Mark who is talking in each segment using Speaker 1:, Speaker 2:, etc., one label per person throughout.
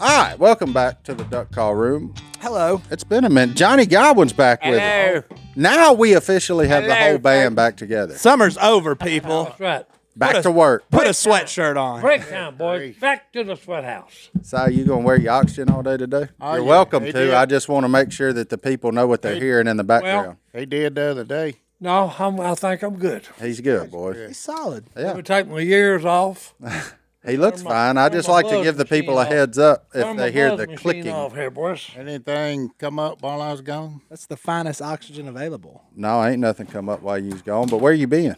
Speaker 1: All right, welcome back to the Duck Call Room.
Speaker 2: Hello.
Speaker 1: It's been a minute. Johnny Godwin's back with us. Now we officially have the
Speaker 3: Hello,
Speaker 1: whole band back together.
Speaker 2: Summer's over, people.
Speaker 3: That's right.
Speaker 1: Back
Speaker 2: a-
Speaker 1: to work.
Speaker 2: Put a sweatshirt on.
Speaker 3: Break time, boys. Back to the sweat house.
Speaker 1: Si, you gonna wear your oxygen all day today?
Speaker 3: Oh,
Speaker 1: You're
Speaker 4: yeah,
Speaker 1: welcome
Speaker 4: he
Speaker 1: to.
Speaker 4: did.
Speaker 1: I just want to make sure that the people know what they're hearing in the background.
Speaker 4: He did the other day.
Speaker 3: No, I'm, I think I'm good.
Speaker 1: He's good, boy.
Speaker 2: He's solid.
Speaker 3: I'm gonna take my years off.
Speaker 1: He looks fine. I
Speaker 3: turn
Speaker 1: just
Speaker 3: my
Speaker 1: like to
Speaker 3: buzz
Speaker 1: give the people a
Speaker 3: machine off.
Speaker 1: heads up if
Speaker 3: Turn my
Speaker 1: they hear
Speaker 3: buzz
Speaker 1: the
Speaker 3: machine
Speaker 1: clicking.
Speaker 3: off here, boys.
Speaker 4: Anything come up while I was gone?
Speaker 2: That's the finest oxygen available.
Speaker 1: No, ain't nothing come up while you's gone. But where you been?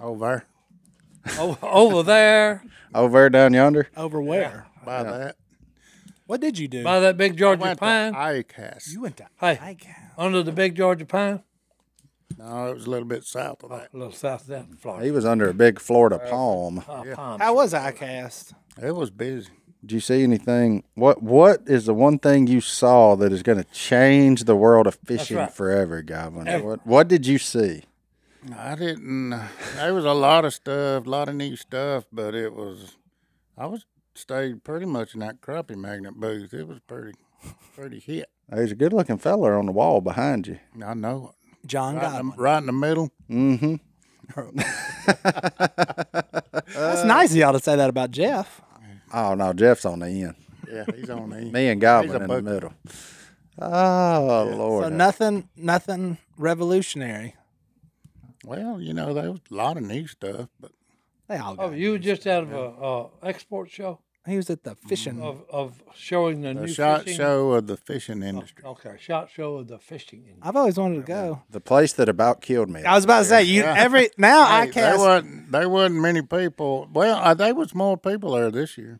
Speaker 4: Over
Speaker 3: O- Over there
Speaker 1: Over there down yonder.
Speaker 2: Over where?
Speaker 4: by that.
Speaker 2: What did you do?
Speaker 3: by that big Georgia
Speaker 4: Went to
Speaker 3: pine.
Speaker 4: ICAS.
Speaker 2: you went to
Speaker 3: Hey.
Speaker 2: Icon.
Speaker 3: under the big Georgia pine,
Speaker 4: No, it was a little bit south of that.
Speaker 3: a little south of that in Florida.
Speaker 1: He was under a big Florida palm.
Speaker 3: Uh, palm.
Speaker 2: How was ICAST?
Speaker 4: It was busy.
Speaker 1: Did you see anything? What What is the one thing you saw that is going to change the world of fishing
Speaker 3: right.
Speaker 1: forever, Godwin? What, what did you see?
Speaker 4: I didn't. uh, There was a lot of stuff, a lot of new stuff, but it was. I was stayed pretty much in that crappie magnet booth. It was pretty, pretty hit.
Speaker 1: There's a good looking fella on the wall behind you.
Speaker 4: I know it.
Speaker 2: John
Speaker 4: Right, in
Speaker 2: Godwin.
Speaker 4: the, right in the middle.
Speaker 2: That's nice of y'all to say that about Jeff.
Speaker 1: Oh no, Jeff's on the end.
Speaker 4: Yeah, he's on the end.
Speaker 1: Me and
Speaker 4: He's
Speaker 1: Godwin
Speaker 4: a
Speaker 1: in the
Speaker 4: bucket.
Speaker 1: middle. Oh
Speaker 2: So
Speaker 1: Lord,
Speaker 2: nothing, nothing revolutionary.
Speaker 4: Well, you know, there was a lot of new stuff, but
Speaker 2: They all
Speaker 3: Oh,
Speaker 2: got.
Speaker 3: you were just out of a uh, export show
Speaker 2: He was at the fishing.
Speaker 3: of, of showing the
Speaker 4: the
Speaker 3: new
Speaker 4: shot
Speaker 3: fishing.
Speaker 4: show of the fishing industry.
Speaker 3: Okay, shot show of the fishing. industry.
Speaker 2: I've always wanted to go.
Speaker 1: the place that about killed me.
Speaker 2: I was about to say you every now
Speaker 4: Hey, There
Speaker 2: ICAST.
Speaker 4: wasn't there wasn't many people. Well, uh, there was more people there this year.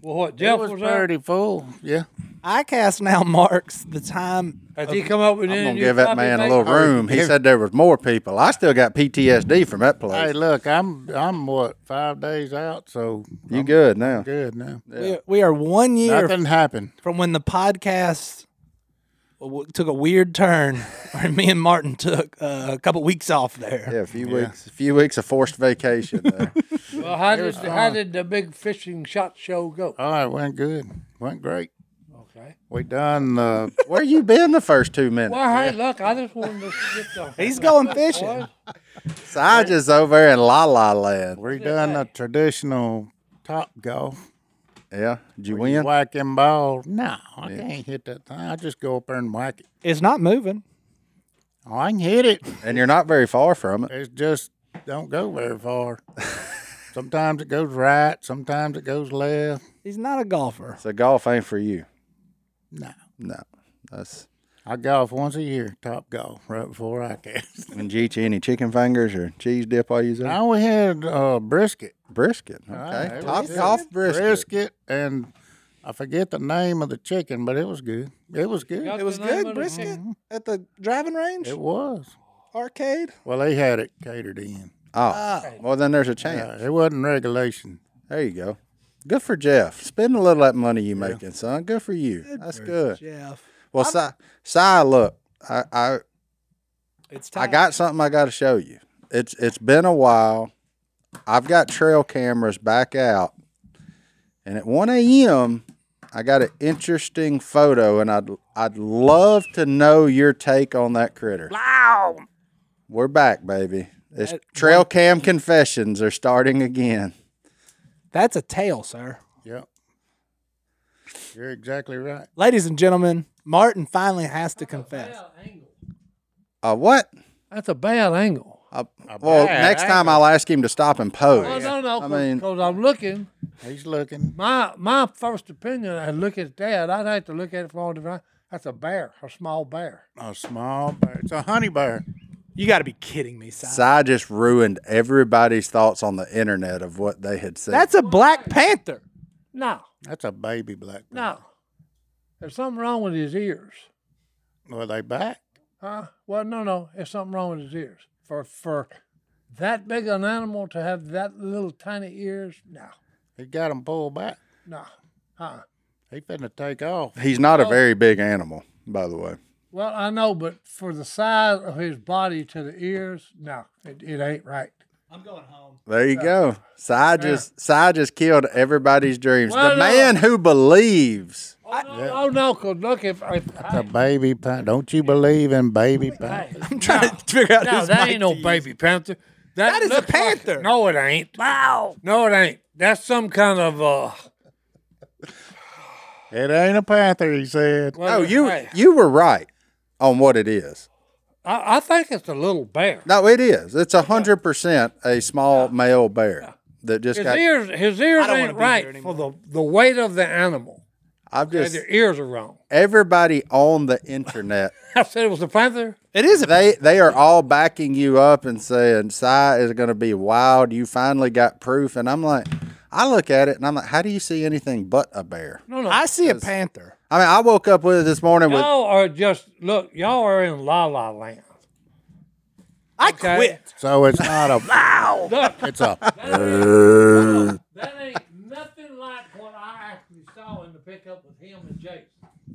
Speaker 3: Well, what Jeff
Speaker 4: it was,
Speaker 3: was there?
Speaker 4: pretty full. Yeah,
Speaker 2: ICAST now marks the time.
Speaker 3: Has he come up with
Speaker 1: I'm
Speaker 3: any
Speaker 1: gonna
Speaker 3: new
Speaker 1: give that
Speaker 3: copy,
Speaker 1: man a
Speaker 3: mate?
Speaker 1: little room. He said there was more people. I still got PTSD from that
Speaker 4: Hey,
Speaker 1: place.
Speaker 4: look, I'm I'm what five days out, so
Speaker 1: You good now?
Speaker 4: good now.
Speaker 2: We, are, we are one year
Speaker 4: Nothing happened.
Speaker 2: from when the podcast w- took a weird turn, where me and Martin took uh, a couple weeks off there.
Speaker 1: Yeah, a few weeks. A few weeks of forced vacation. There.
Speaker 3: Well, how did how did the big fishing shot show go?
Speaker 1: Uh,
Speaker 4: All right, went good. Went great.
Speaker 3: Okay.
Speaker 4: We done the
Speaker 1: Where you been the first two minutes?
Speaker 3: Well, hey, look, I just wanted to get the.
Speaker 2: He's going fishing.
Speaker 3: Boys,
Speaker 1: Sarge is over there in La La Land.
Speaker 4: we done the traditional top golf.
Speaker 1: Yeah, did you
Speaker 4: You
Speaker 1: win?
Speaker 4: Whack him ball. No, I can't hit that thing. I just go up there and whack it.
Speaker 2: It's not moving.
Speaker 4: Oh, I can hit it.
Speaker 1: And you're not very far from it.
Speaker 4: It's just don't go very far. sometimes it goes right. Sometimes it goes left.
Speaker 2: He's not a golfer.
Speaker 1: So golf ain't for you.
Speaker 4: No.
Speaker 1: No, that's
Speaker 4: I golf once a year, top golf, right before I cast.
Speaker 1: when you eat you any chicken fingers or cheese dip. I use that
Speaker 4: now we had uh, brisket.
Speaker 1: brisket.
Speaker 4: Ah,
Speaker 1: Okay,
Speaker 4: it
Speaker 1: top
Speaker 4: was
Speaker 1: golf
Speaker 4: good.
Speaker 1: brisket.
Speaker 4: Brisket, and I forget the name of the chicken, but it was good. It was good.
Speaker 3: got
Speaker 4: It,
Speaker 3: the
Speaker 2: was
Speaker 3: name
Speaker 2: good
Speaker 3: of the
Speaker 2: brisket
Speaker 3: thing?
Speaker 2: at the driving range
Speaker 4: was.
Speaker 2: arcade.
Speaker 4: Well, they had it catered in.
Speaker 1: Oh, well then there's a chance.
Speaker 4: Uh, it wasn't regulation.
Speaker 1: There you go. Good for Jeff. Spend a little of that money you making, son. Good for you. That's good.
Speaker 2: Jeff,
Speaker 1: Well, Si, Si, look, I, I
Speaker 2: it's
Speaker 1: I
Speaker 2: time.
Speaker 1: got something I got to show you. It's it's been a while. I've got trail cameras back out, and at 1 a.m. I got an interesting photo, and I'd I'd love to know your take on that critter. Wow, we're back, baby. It's trail cam confessions are starting again.
Speaker 2: That's a tail, sir.
Speaker 4: Yep. You're exactly right.
Speaker 2: Ladies and gentlemen, Martin finally has to confess.
Speaker 1: Uh, what?
Speaker 3: That's a bad angle.
Speaker 2: Oh,
Speaker 1: Uh, well,
Speaker 4: bad
Speaker 1: next time I'll ask him to stop and pose.
Speaker 3: Well, Oh, no, no,
Speaker 1: I mean,
Speaker 3: because I'm looking.
Speaker 4: He's looking.
Speaker 3: My my first opinion, I look at that. I'd have to look at it from all different. That's a bear, a small bear.
Speaker 4: A small bear. It's a honey bear.
Speaker 2: You got to be kidding me, Si.
Speaker 1: Cy just ruined everybody's thoughts on the internet of what they had seen.
Speaker 2: That's a Black Panther.
Speaker 3: No,
Speaker 4: That's a baby black. bear.
Speaker 3: no. There's something wrong with his ears.
Speaker 4: Well, they back.
Speaker 3: Huh? Well, no, no. There's something wrong with his ears. For for that big an animal to have that little tiny ears, no,
Speaker 4: He got him pulled back.
Speaker 3: no. uh-uh. Huh?
Speaker 4: He finna take off.
Speaker 1: He's not a
Speaker 3: Oh.
Speaker 1: very big animal, by the way.
Speaker 3: Well, I know, but for the size of his body to the ears, no, it, it ain't right.
Speaker 2: I'm going home.
Speaker 1: There you go.
Speaker 3: Oh.
Speaker 1: Cy just Cy just killed everybody's dreams.
Speaker 3: Well,
Speaker 1: the
Speaker 3: no.
Speaker 1: man who believes.
Speaker 3: Oh no, oh, no 'cause look if, if
Speaker 4: The baby pan. Don't you believe in baby pan?
Speaker 3: hey,
Speaker 2: I'm trying to figure out
Speaker 3: no,
Speaker 2: who's
Speaker 3: that
Speaker 2: Mike
Speaker 3: ain't no
Speaker 2: D's.
Speaker 3: baby panther.
Speaker 2: That is a
Speaker 3: looks like-
Speaker 2: panther.
Speaker 3: no, it ain't. Wow. No, it ain't. That's some kind of uh.
Speaker 4: It ain't a panther, he said.
Speaker 1: Oh, you
Speaker 3: hey,
Speaker 1: you were right on what it is.
Speaker 3: I, I think it's a little bear.
Speaker 1: No, it is. It's a hundred percent a small male bear that just
Speaker 3: His
Speaker 1: got.
Speaker 3: ears, his ears
Speaker 2: don't wanna
Speaker 3: ain't
Speaker 2: be here
Speaker 3: right for the, the weight of the animal.
Speaker 1: I've just
Speaker 3: Their ears are wrong.
Speaker 1: everybody on the internet.
Speaker 3: I said it was a panther.
Speaker 2: It is a
Speaker 1: They they are all backing you up and saying Cy is going to be wild. You finally got proof, and I'm like, I look at it and I'm like, how do you see anything but a bear?
Speaker 3: No, no.
Speaker 2: I see a panther.
Speaker 1: I mean, I woke up with it this morning with
Speaker 3: y'all are just look. Y'all are in la la land.
Speaker 2: I
Speaker 3: Okay.
Speaker 2: quit.
Speaker 4: So it's not a.
Speaker 3: Look,
Speaker 4: It's a. Uh.
Speaker 3: that ain't nothing like what I actually saw in the pickup with him and Jason.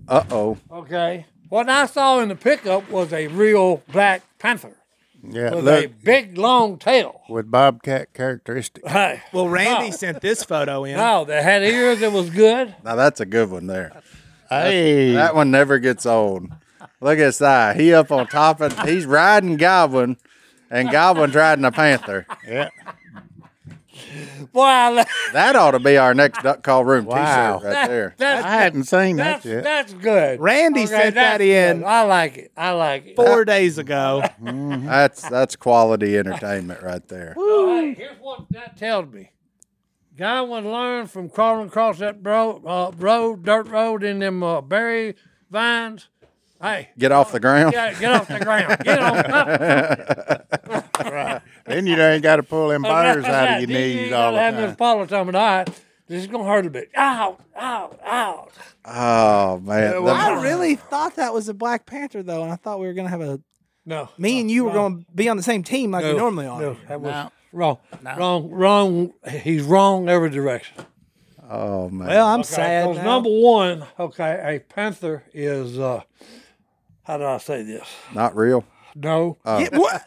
Speaker 1: uh oh.
Speaker 3: Okay. What I saw in the pickup was a real black panther
Speaker 4: Yeah,
Speaker 3: with a
Speaker 4: look.
Speaker 3: big long tail.
Speaker 4: With bobcat characteristics.
Speaker 3: Hey,
Speaker 2: Well, Randy
Speaker 3: Oh.
Speaker 2: sent this photo in.
Speaker 3: no, they had ears Oh, that was good.
Speaker 1: Now that's a good one there.
Speaker 4: Hey.
Speaker 1: That one never gets old. Look at Cy. He up on top of he's riding Goblin, and Goblin's riding a Panther.
Speaker 4: Yeah.
Speaker 3: Boy, I, la-
Speaker 1: That ought to be our next duck call room
Speaker 4: Wow.
Speaker 1: T-shirt right there.
Speaker 3: that's
Speaker 4: I hadn't seen
Speaker 3: that's
Speaker 4: that yet.
Speaker 3: that's good.
Speaker 2: Randy sent
Speaker 3: that's
Speaker 2: that in.
Speaker 3: good. I like it. I like it.
Speaker 2: Four days ago.
Speaker 1: That's that's quality entertainment right there.
Speaker 3: Hey, here's what that tells me. Guy would learn from crawling across that bro, uh, road, dirt road in them uh, berry vines. Hey,
Speaker 1: Get off the ground.
Speaker 3: get, get off the ground. Get on top.
Speaker 4: Then you ain't got to pull them bars out of your
Speaker 3: You ain't
Speaker 4: knees
Speaker 3: gotta
Speaker 4: all the
Speaker 3: have this
Speaker 4: time.
Speaker 3: polytomid. All right, this is going to hurt a bit. Ow, ow, ow.
Speaker 1: Oh man. The-
Speaker 2: I really thought that was a Black Panther, though, and I thought we were going to have a.
Speaker 3: No.
Speaker 2: Me and you were going to be on the same team like we normally are.
Speaker 3: No, that was
Speaker 4: No.
Speaker 3: wrong. Wrong, wrong. He's wrong every direction.
Speaker 1: oh man.
Speaker 2: Well, I'm
Speaker 3: Okay,
Speaker 2: sad.
Speaker 3: 'cause
Speaker 2: Now.
Speaker 3: number one, okay, a panther is, uh, how do I say this?
Speaker 1: Not real.
Speaker 3: No.
Speaker 4: Uh,
Speaker 2: Yeah, what?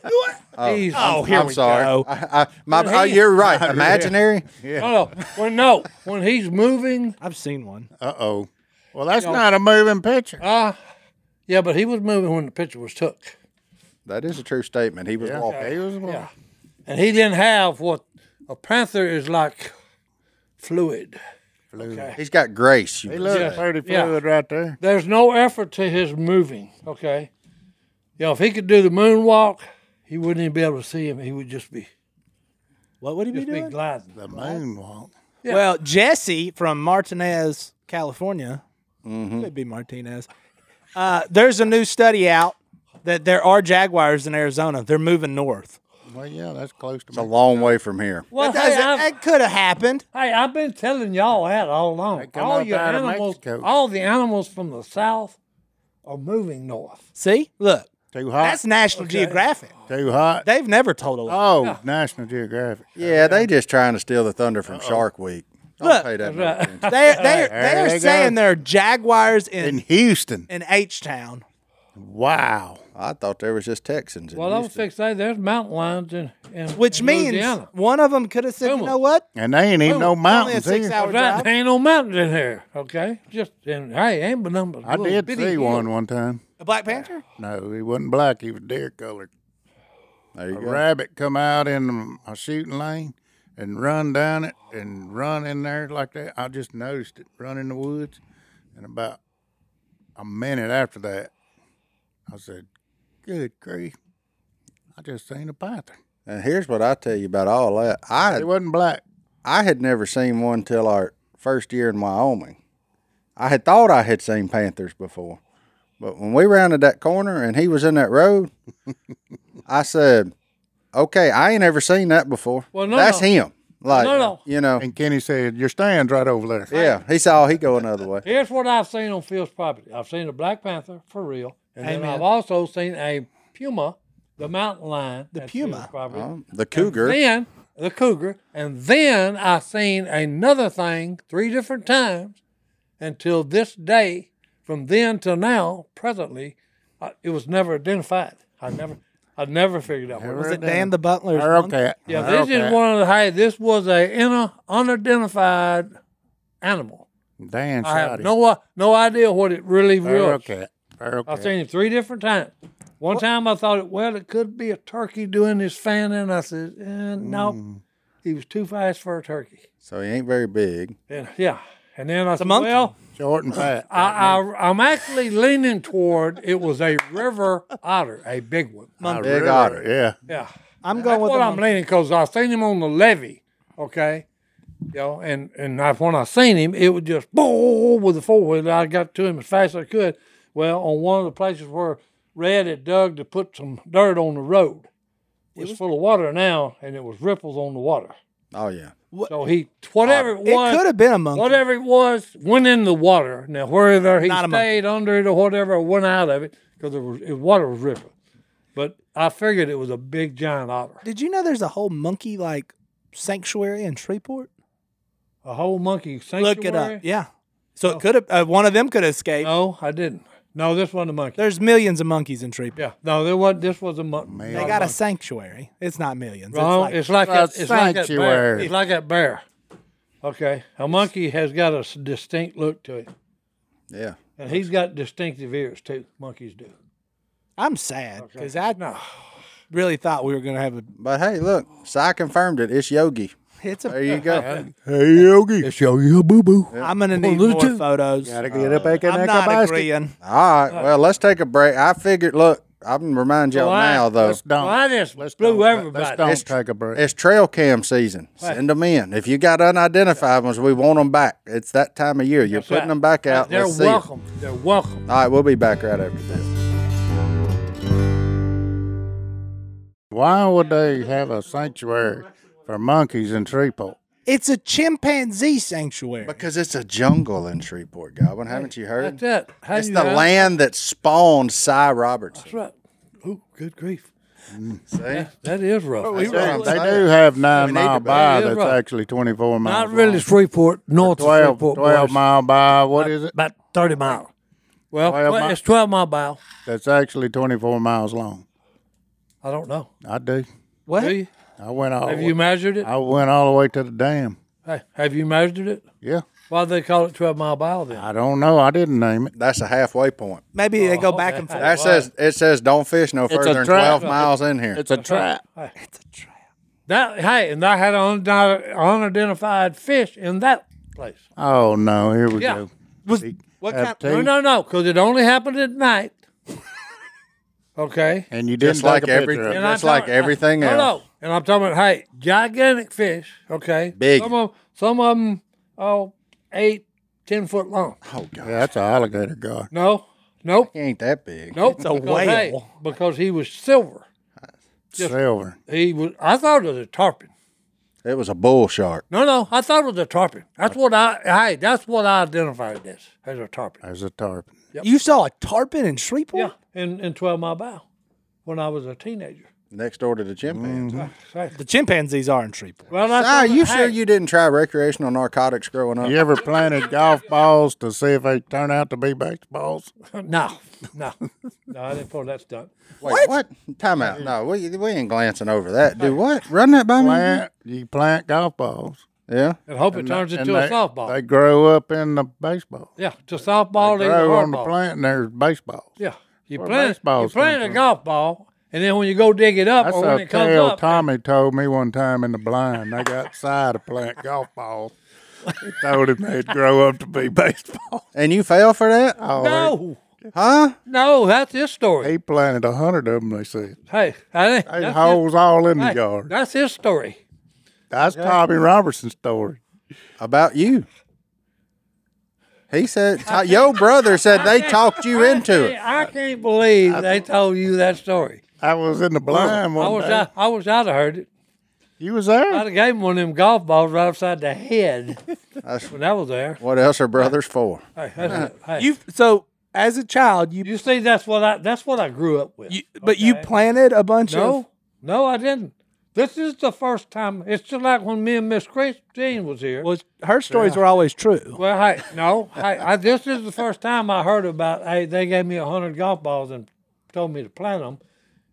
Speaker 2: what?
Speaker 3: he's,
Speaker 2: Oh, here
Speaker 1: I'm
Speaker 2: we
Speaker 1: sorry.
Speaker 2: go.
Speaker 1: I, I, my,
Speaker 3: Hey.
Speaker 1: oh, you're right. Imaginary.
Speaker 3: No, no. When no, when he's moving,
Speaker 2: I've seen one.
Speaker 4: Uh oh. Well, that's not a moving picture.
Speaker 3: yeah, but he was moving when the picture was took,
Speaker 1: That is a true statement. He was walking.
Speaker 4: He was
Speaker 3: Yeah. and he didn't have what a panther is like, fluid. Okay.
Speaker 1: He's got grace. You
Speaker 4: He
Speaker 1: would
Speaker 4: looked
Speaker 1: say.
Speaker 4: pretty
Speaker 3: Yeah.
Speaker 4: fluid right there.
Speaker 3: There's no effort to his moving. Okay, you know, if he could do the moonwalk, he wouldn't even be able to see him. He would just be
Speaker 2: What would he be
Speaker 3: just be
Speaker 2: doing?
Speaker 3: gliding.
Speaker 4: The moonwalk.
Speaker 2: Well, Jesse from Martinez, California, could be Martinez. Uh, there's a new study out that there are jaguars in Arizona. They're moving north.
Speaker 4: Well, yeah, that's close to
Speaker 1: It's a
Speaker 4: me.
Speaker 1: long way from here.
Speaker 3: Well,
Speaker 2: That,
Speaker 3: hey, I've,
Speaker 2: could have happened.
Speaker 3: hey, I've been telling y'all that all along.
Speaker 4: come
Speaker 3: All
Speaker 4: up
Speaker 3: your
Speaker 4: out of
Speaker 3: animals,
Speaker 4: Mexico.
Speaker 3: all the animals from the south, are moving north.
Speaker 2: See, look,
Speaker 4: Too hot.
Speaker 2: that's National Geographic.
Speaker 4: Too hot.
Speaker 2: They've never told a lie.
Speaker 4: Oh, National Geographic.
Speaker 1: Yeah, they just trying to steal the thunder from Shark Week. Don't
Speaker 2: Look.
Speaker 1: pay that much attention.
Speaker 2: they they they
Speaker 4: There
Speaker 2: are
Speaker 4: they go.
Speaker 2: saying there are jaguars in
Speaker 4: Uh, In Houston.
Speaker 2: in H Town.
Speaker 4: Wow.
Speaker 1: I thought there was just Texans. in
Speaker 3: Well, I was
Speaker 1: Houston.
Speaker 3: fixing to say there's mountain lions in, in
Speaker 2: Which
Speaker 3: in
Speaker 2: means
Speaker 3: Louisiana.
Speaker 2: one of them could have said, "You
Speaker 3: Puma.
Speaker 2: know what?
Speaker 4: And they ain't even no
Speaker 2: Only a
Speaker 4: mountains here.
Speaker 2: six-hour
Speaker 3: Right,
Speaker 2: drive."
Speaker 3: there ain't no mountains in here, okay? Just and hey, ain't but numbers.
Speaker 4: I
Speaker 3: little
Speaker 4: did
Speaker 3: bitty
Speaker 4: see one
Speaker 3: hills.
Speaker 4: one time.
Speaker 2: A Black Panther.
Speaker 4: No, he wasn't black. He was deer colored.
Speaker 1: there you
Speaker 4: A
Speaker 1: go.
Speaker 4: rabbit come out in a shooting lane and run down it and run in there like that. I just noticed it run in the woods, and about a minute after that, I said, "Good grief! I just seen a panther.
Speaker 1: And here's what I tell you about all that. I
Speaker 4: It wasn't black.
Speaker 1: I had never seen one till our first year in Wyoming. I had thought I had seen panthers before, but when we rounded that corner and he was in that road, I said, okay, I ain't ever seen that before.
Speaker 3: Well, no,
Speaker 1: That's
Speaker 3: no.
Speaker 1: him. Like,
Speaker 3: No, no.
Speaker 1: you know,
Speaker 4: And Kenny said, Your stand's right over there.
Speaker 1: Oh. yeah, he saw he go another way.
Speaker 3: Here's what I've seen on Phil's property. I've seen a black panther for real, and then
Speaker 2: Amen.
Speaker 3: I've also seen a puma, the mountain lion. The
Speaker 2: puma.
Speaker 3: property.
Speaker 4: Oh,
Speaker 1: Um, the cougar.
Speaker 3: Then the cougar, and then I seen another thing three different times, until this day. From then till now, presently, I, it was never identified. I never, I never figured out. What it was.
Speaker 2: Was it Dan the Butler? or
Speaker 4: Feral
Speaker 2: something?
Speaker 4: cat.
Speaker 3: Yeah,
Speaker 4: feral
Speaker 3: this is
Speaker 4: cat.
Speaker 3: one of the. Hey, this was a inner, unidentified animal.
Speaker 4: Dan
Speaker 3: I
Speaker 4: shot
Speaker 3: have
Speaker 4: him.
Speaker 3: no, i- no idea what it really
Speaker 4: feral
Speaker 3: was.
Speaker 4: cat. Feral
Speaker 3: I've
Speaker 4: cat.
Speaker 3: seen him three different times. One time I thought, it well, it could be a turkey doing his fanning. I said, eh, no, he was too fast for a turkey.
Speaker 1: So he ain't very big.
Speaker 3: And yeah, and then I said,
Speaker 2: monkey.
Speaker 3: well,
Speaker 4: Short and fat.
Speaker 3: I, I, I'm actually leaning toward it was a river otter, a big one.
Speaker 4: I
Speaker 1: Big
Speaker 4: really-
Speaker 1: otter.
Speaker 4: Yeah.
Speaker 3: Yeah,
Speaker 2: I'm going
Speaker 3: that's
Speaker 2: with
Speaker 3: what
Speaker 2: the
Speaker 3: I'm leaning because I seen him on the levee. Okay. You know, and and I, when I seen him, it was just boom with the four wheeler. I got to him as fast as I could. Well, on one of the places where Red had dug to put some dirt on the road, it was, full of water now, and it was ripples on the water.
Speaker 1: Oh yeah.
Speaker 3: So he whatever it
Speaker 2: It
Speaker 3: was,
Speaker 2: could have been a monkey.
Speaker 3: whatever it was went in the water. Now whether he
Speaker 2: Not a monkey.
Speaker 3: stayed under it or whatever or went out of it because it was it, water was ripping. But I figured it was a big giant otter,
Speaker 2: Did you know there's a whole monkey like sanctuary in Shreveport?
Speaker 3: a whole monkey sanctuary. Oh.
Speaker 2: Look it up. Yeah. So it could have uh, one of them could have escaped.
Speaker 3: No, I didn't. No, this wasn't a monkey.
Speaker 2: There's millions of monkeys in Shreveport.
Speaker 3: yeah, no, there was. This was a monkey.
Speaker 4: Man.
Speaker 2: They got a sanctuary. It's not millions.
Speaker 3: Wrong.
Speaker 2: It's
Speaker 3: It's like,
Speaker 4: A
Speaker 3: that- it's like that bear.
Speaker 4: sanctuary.
Speaker 3: It's like that bear. Okay, a monkey has got a s- distinct look to it,
Speaker 1: Yeah.
Speaker 3: and he's got distinctive ears too. Monkeys do.
Speaker 2: like I'm sad because I really thought we were gonna have a.
Speaker 1: But hey, look, Sai confirmed it. It's Yogi.
Speaker 2: It's a.
Speaker 1: There you go.
Speaker 4: Hey, Yogi. It's Yogi Boo Boo.
Speaker 2: I'm gonna need
Speaker 4: those
Speaker 2: more
Speaker 4: two.
Speaker 2: photos.
Speaker 4: Gotta get up there
Speaker 2: I'm
Speaker 4: and
Speaker 2: not
Speaker 4: basket.
Speaker 2: agreeing.
Speaker 1: All right. Well, let's take a break. I figured. Look, I'm gonna remind y'all
Speaker 3: Why?
Speaker 1: now though.
Speaker 4: Let's don't.
Speaker 3: Well, I just
Speaker 4: Let's
Speaker 3: blew
Speaker 4: don't-
Speaker 3: everybody.
Speaker 4: Let's don't
Speaker 1: It's-
Speaker 4: take a break.
Speaker 1: It's trail cam season. Send them in. If you got unidentified ones, we want them back. It's that time of year. You're putting them back out.
Speaker 3: They're
Speaker 1: Let's see 'em.
Speaker 3: welcome. They're welcome.
Speaker 1: All right, we'll be back right after this.
Speaker 4: Why would they have a sanctuary for monkeys in Shreveport?
Speaker 2: It's a chimpanzee sanctuary.
Speaker 1: Because it's a jungle in Shreveport, Godwin. Haven't you heard?
Speaker 3: That's it. How
Speaker 1: It's
Speaker 3: you
Speaker 1: the
Speaker 3: know?
Speaker 1: land that spawned Cy Robertson.
Speaker 3: That's right. Oh, good grief.
Speaker 1: See?
Speaker 3: That is rough.
Speaker 1: we
Speaker 3: That's
Speaker 1: wrong.
Speaker 3: right.
Speaker 4: They
Speaker 1: Say
Speaker 4: do have nine
Speaker 1: We need to
Speaker 4: mile
Speaker 1: be-
Speaker 4: by
Speaker 3: Yeah,
Speaker 4: that's
Speaker 3: right.
Speaker 4: actually 24 miles.
Speaker 3: Not really Shreveport, north
Speaker 4: long.
Speaker 3: of Shreveport.
Speaker 4: 12, 12
Speaker 3: boys.
Speaker 4: mile by, what is it?
Speaker 3: About 30 miles. Well,
Speaker 4: 12
Speaker 3: well,
Speaker 4: mi-
Speaker 3: it's 12 mile mile.
Speaker 4: That's actually 24 miles long.
Speaker 3: I don't know.
Speaker 4: I do.
Speaker 2: what?
Speaker 3: Do you?
Speaker 4: I went all
Speaker 3: Have you measured it?
Speaker 4: I went all the way to the dam.
Speaker 3: Hey, have you measured it?
Speaker 4: Yeah.
Speaker 3: Why do they call it 12 mile mile then?
Speaker 4: I don't know. I didn't name it.
Speaker 1: That's a halfway point.
Speaker 2: Maybe they go back and forth.
Speaker 1: That says it says don't fish no
Speaker 4: a
Speaker 1: further than
Speaker 4: trap.
Speaker 1: twelve miles in here.
Speaker 4: It's a trap.
Speaker 2: It's a trap.
Speaker 3: That hey, and I had an unidenti- unidentified fish in that place.
Speaker 4: Oh, no. Here we
Speaker 3: Yeah.
Speaker 4: go.
Speaker 2: Was
Speaker 4: Big
Speaker 2: what
Speaker 4: have
Speaker 2: kind?
Speaker 4: teeth.
Speaker 3: No, no, no, because it only happened at night. okay.
Speaker 4: And you didn't
Speaker 1: Just
Speaker 4: take
Speaker 1: like
Speaker 4: a picture
Speaker 1: every,
Speaker 4: of it.
Speaker 3: And I'm
Speaker 1: just like
Speaker 3: talking-
Speaker 1: everything
Speaker 3: No,
Speaker 1: else.
Speaker 3: no. And I'm talking about hey, gigantic fish. Okay,
Speaker 1: Big.
Speaker 3: Some of some of them, oh, eight, ten foot long.
Speaker 1: Oh God,
Speaker 4: Yeah, that's an alligator guy.
Speaker 3: No, nope,
Speaker 1: he ain't that big.
Speaker 3: nope.
Speaker 2: It's a
Speaker 3: because, hey,
Speaker 2: whale.
Speaker 3: because he was silver.
Speaker 4: Silver.
Speaker 3: He was. I thought it was a tarpon.
Speaker 1: It was a bull shark.
Speaker 3: No, no. I thought it was a tarpon. That's what I. Hey, that's what I identified it as as a tarpon.
Speaker 4: There's a tarpon.
Speaker 2: You saw a tarpon in Shreveport?
Speaker 3: Yeah, in in Twelve Mile Bow, when I was a teenager.
Speaker 1: Next door to the chimpanzee. mm
Speaker 3: Say-
Speaker 2: The chimpanzees are in Shreveport.
Speaker 3: Well, that's what-
Speaker 1: you sure
Speaker 3: hey,
Speaker 1: you didn't try recreational narcotics growing up?
Speaker 4: You ever planted golf balls to see if they turn out to be baseballs?
Speaker 3: No, no, no. I didn't pull that stunt.
Speaker 1: Wait, what? Time out. No, we, we ain't glancing over that. Do what? Run that by me.
Speaker 4: Plant, you plant golf balls.
Speaker 1: Yeah.
Speaker 3: And hope it turns into a
Speaker 4: they,
Speaker 3: softball.
Speaker 4: They grow up in the baseball.
Speaker 3: Yeah, to softball
Speaker 4: They
Speaker 3: and
Speaker 4: grow on the
Speaker 3: hardball.
Speaker 4: plant and there's baseball.
Speaker 3: Yeah, you
Speaker 4: Where
Speaker 3: plant you
Speaker 4: baseballs come
Speaker 3: plant a
Speaker 4: from.
Speaker 3: golf ball, and then when you go dig it up,
Speaker 4: That's
Speaker 3: or when
Speaker 4: a
Speaker 3: it comes
Speaker 4: tale
Speaker 3: up,
Speaker 4: Tommy told me one time in the blind. They got side to plant golf balls. He told him they'd grow up to be baseball.
Speaker 1: And you fell for that?
Speaker 4: Oh.
Speaker 3: no,
Speaker 1: Huh?
Speaker 3: no, that's his story.
Speaker 4: He planted a hundred of them. They said
Speaker 3: Hey, I think
Speaker 4: they
Speaker 3: that's
Speaker 4: holes all in
Speaker 3: his,
Speaker 4: the
Speaker 3: hey,
Speaker 4: yard.
Speaker 3: that's his story.
Speaker 4: That's Tommy Robertson's story.
Speaker 1: About you. He said, your brother said they talked you into it.
Speaker 3: I can't believe they told you that story.
Speaker 4: I was in the blind one
Speaker 3: Oh, I wish
Speaker 4: day.
Speaker 3: I, I wish I'd have heard it.
Speaker 4: you was there?
Speaker 3: I'd have gave him one of them golf balls right upside the head
Speaker 1: That's-
Speaker 3: when I was there.
Speaker 1: What else are brothers for?
Speaker 3: Hey, that's it. Hey.
Speaker 2: You so as a child you,
Speaker 3: You see, that's what I that's what I grew up with.
Speaker 2: you but you planted a bunch of
Speaker 3: no, no, I didn't. This is the first time. It's just like when me and Miss Christine was here.
Speaker 2: was her stories were always true.
Speaker 3: Well, hey, no, hey, I, this is the first time I heard about. Hey, they gave me a hundred golf balls and told me to plant them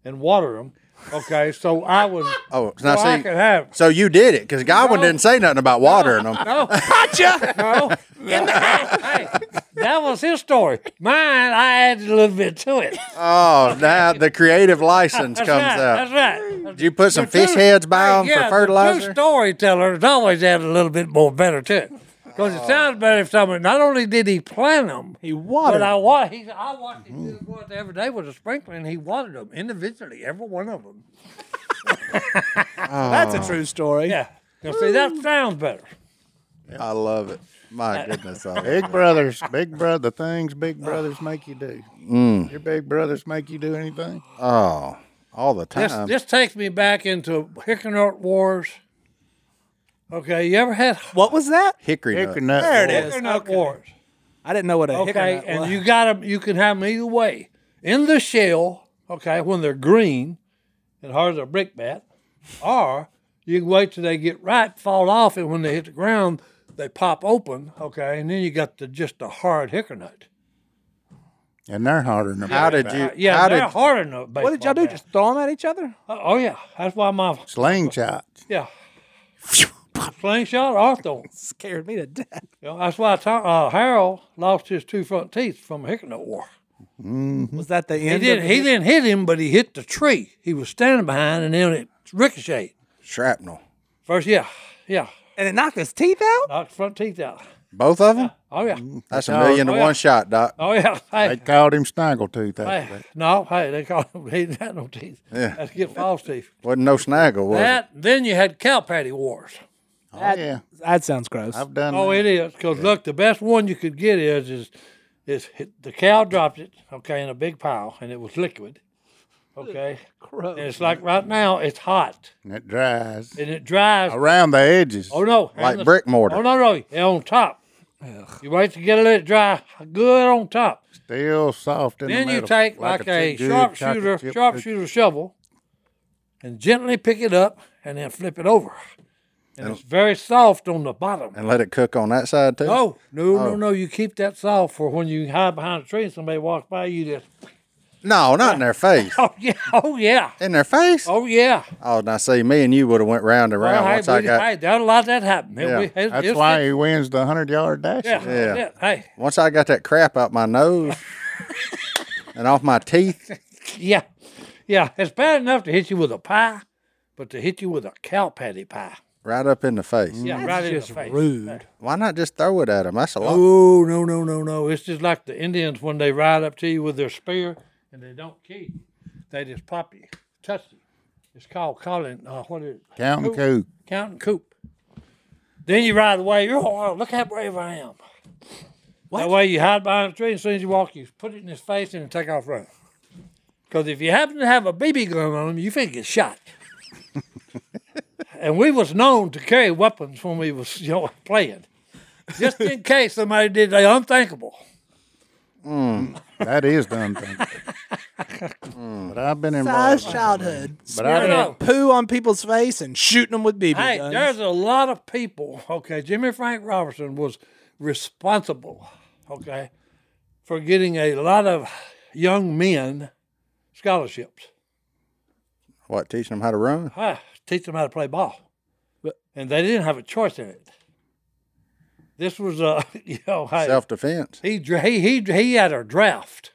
Speaker 3: and water them. Okay, so I was.
Speaker 1: Oh,
Speaker 3: so
Speaker 1: now
Speaker 3: I
Speaker 1: see-
Speaker 3: could have.
Speaker 1: So you did it because Godwin
Speaker 3: No.
Speaker 1: didn't say nothing about watering them.
Speaker 3: No,
Speaker 2: Gotcha.
Speaker 3: no, hey, that was his story. Mine, I added a little bit to it.
Speaker 1: Oh, now the creative license
Speaker 3: That's
Speaker 1: comes
Speaker 3: right.
Speaker 1: out.
Speaker 3: That's right.
Speaker 1: Did you put some fish heads by them
Speaker 3: yeah,
Speaker 1: for fertilizer?
Speaker 3: The true storytellers always add a little bit more better to it. Because
Speaker 1: Oh.
Speaker 3: it sounds better if someone, not only did he plant them,
Speaker 2: He
Speaker 3: but
Speaker 2: watered.
Speaker 3: I, wa- he, I watched him do it once every day with a sprinkler and he watered them individually, every one of them.
Speaker 2: That's a true story.
Speaker 3: Yeah. Now, see, that sounds better.
Speaker 1: I love it.
Speaker 3: Uh,
Speaker 1: My goodness. I love it.
Speaker 4: Big brothers, big brother, the things big brothers make you do.
Speaker 3: Mm.
Speaker 4: Your big brothers make you do anything?
Speaker 1: Oh, all the
Speaker 3: This,
Speaker 1: time.
Speaker 3: this takes me back into Hickory Wars. Okay, you ever had
Speaker 2: What was that?
Speaker 1: Hickory nut.
Speaker 4: Hickory nut.
Speaker 2: There it
Speaker 4: boy.
Speaker 2: is.
Speaker 3: Hickory Nut Wars?
Speaker 2: I didn't know what a
Speaker 3: Okay,
Speaker 2: hickory nut
Speaker 3: and
Speaker 2: was.
Speaker 3: you got them. You can have them either way. In the shell, okay, when they're green and hard as a brick bat, or you can wait till they get ripe, fall off, and when they hit the ground, they pop open. Okay, and then you got the just the hard hickory nut.
Speaker 4: And they're harder than a
Speaker 1: How did
Speaker 4: baseball.
Speaker 1: you?
Speaker 3: Uh, Yeah,
Speaker 1: how
Speaker 3: they're
Speaker 1: did,
Speaker 3: hard enough.
Speaker 2: what did y'all do? Just throw them at each other?
Speaker 3: oh yeah, that's why my
Speaker 4: slingshots?
Speaker 3: yeah. Slingshot or thorn.
Speaker 2: Scared me to death.
Speaker 3: You know, that's why Tom, uh, Harold lost his two front teeth from a hickory nut war.
Speaker 2: Was that the
Speaker 3: He
Speaker 2: end?
Speaker 3: didn't.
Speaker 2: of
Speaker 3: He didn't hit him, but he hit the tree. He was standing behind, and then it ricocheted.
Speaker 1: Shrapnel.
Speaker 3: First, yeah, yeah,
Speaker 2: and it knocked his teeth out.
Speaker 3: knocked the front teeth out.
Speaker 1: Both of them?
Speaker 3: Oh yeah,
Speaker 1: That's a million to
Speaker 3: yeah.
Speaker 1: one shot, Doc.
Speaker 3: oh yeah.
Speaker 4: They
Speaker 3: Hey,
Speaker 4: called him Snaggletooth
Speaker 3: hey,
Speaker 4: after that.
Speaker 3: no, hey, they call him. He didn't have no teeth. Yeah, that's get false teeth.
Speaker 1: Wasn't no snaggle, was it?
Speaker 3: That then you had cow patty wars.
Speaker 4: Oh, yeah,
Speaker 2: That sounds gross.
Speaker 4: I've done
Speaker 3: Oh,
Speaker 4: that.
Speaker 3: it is because look, the best one you could get is is is hit- the cow dropped it okay in a big pile and it was liquid. Okay, and it's like right now it's hot
Speaker 4: And it dries.
Speaker 3: and it dries.
Speaker 4: Around the edges.
Speaker 3: Oh no, hang
Speaker 1: Like
Speaker 3: the-
Speaker 1: brick mortar.
Speaker 3: Oh no, no, yeah, on top. You wait to get it let it dry good on top.
Speaker 4: Still soft in the
Speaker 3: Then
Speaker 4: middle.
Speaker 3: you take like, a,
Speaker 4: good
Speaker 3: sharpshooter,
Speaker 4: chocolate chip cookie.
Speaker 3: sharpshooter shovel, and gently pick it up and then flip it over. And it's very soft on the bottom.
Speaker 1: And let it cook on that side too.
Speaker 3: No, no,
Speaker 1: Oh.
Speaker 3: no, no. You keep that soft for when you hide behind a tree and somebody walks by. You just
Speaker 1: No, not in their face.
Speaker 3: oh yeah, oh yeah,
Speaker 1: In their face?
Speaker 3: oh yeah.
Speaker 1: Oh, now see, me and you would have went round and
Speaker 3: Well,
Speaker 1: round
Speaker 3: hey,
Speaker 1: once I
Speaker 3: we-
Speaker 1: got
Speaker 3: hey, that a lot of that happened. It-
Speaker 1: Yeah,
Speaker 3: we- it-
Speaker 4: That's
Speaker 3: it's-
Speaker 4: why he wins the 100 yard dash.
Speaker 3: Yeah,
Speaker 1: Yeah.
Speaker 3: yeah. Hey,
Speaker 1: once I got that crap out my nose and off my teeth.
Speaker 3: yeah, yeah. It's bad enough to hit you with a pie, but to hit you with a cow patty pie.
Speaker 1: Right up in the face.
Speaker 3: Yeah,
Speaker 2: That's
Speaker 3: right
Speaker 2: just
Speaker 3: in the face.
Speaker 2: rude.
Speaker 1: Why not just throw it at them? That's a lot.
Speaker 3: Oh no no no no! It's just like the Indians when they ride up to you with their spear and they don't kill you, they just pop you, touch you. It's called calling. Uh, what is it?
Speaker 4: Count and coop.
Speaker 3: Counting coop. Then you ride away. You're oh, wow, look how brave I am. That way you hide behind a tree. And as soon as you walk, you put it in his face and take off running. Because if you happen to have a BB gun on him, you finna get shot. and we was known to carry weapons when we was you know, playing, just in case somebody did the unthinkable.
Speaker 4: That is the unthinkable. But I've been
Speaker 2: That's
Speaker 4: involved.
Speaker 2: childhood.
Speaker 4: But I
Speaker 3: No,
Speaker 4: didn't.
Speaker 3: no.
Speaker 2: Poo on people's face and shooting them with BB
Speaker 3: Hey,
Speaker 2: guns.
Speaker 3: there's a lot of people. Okay, Jimmy Frank Robertson was responsible. Okay, for getting a lot of young men scholarships.
Speaker 1: What, teaching them how to run?
Speaker 3: Ah, teach them how to play ball, and they didn't have a choice in it. This was a you know hey,
Speaker 1: Self defense.
Speaker 3: he dra- he he he had a draft.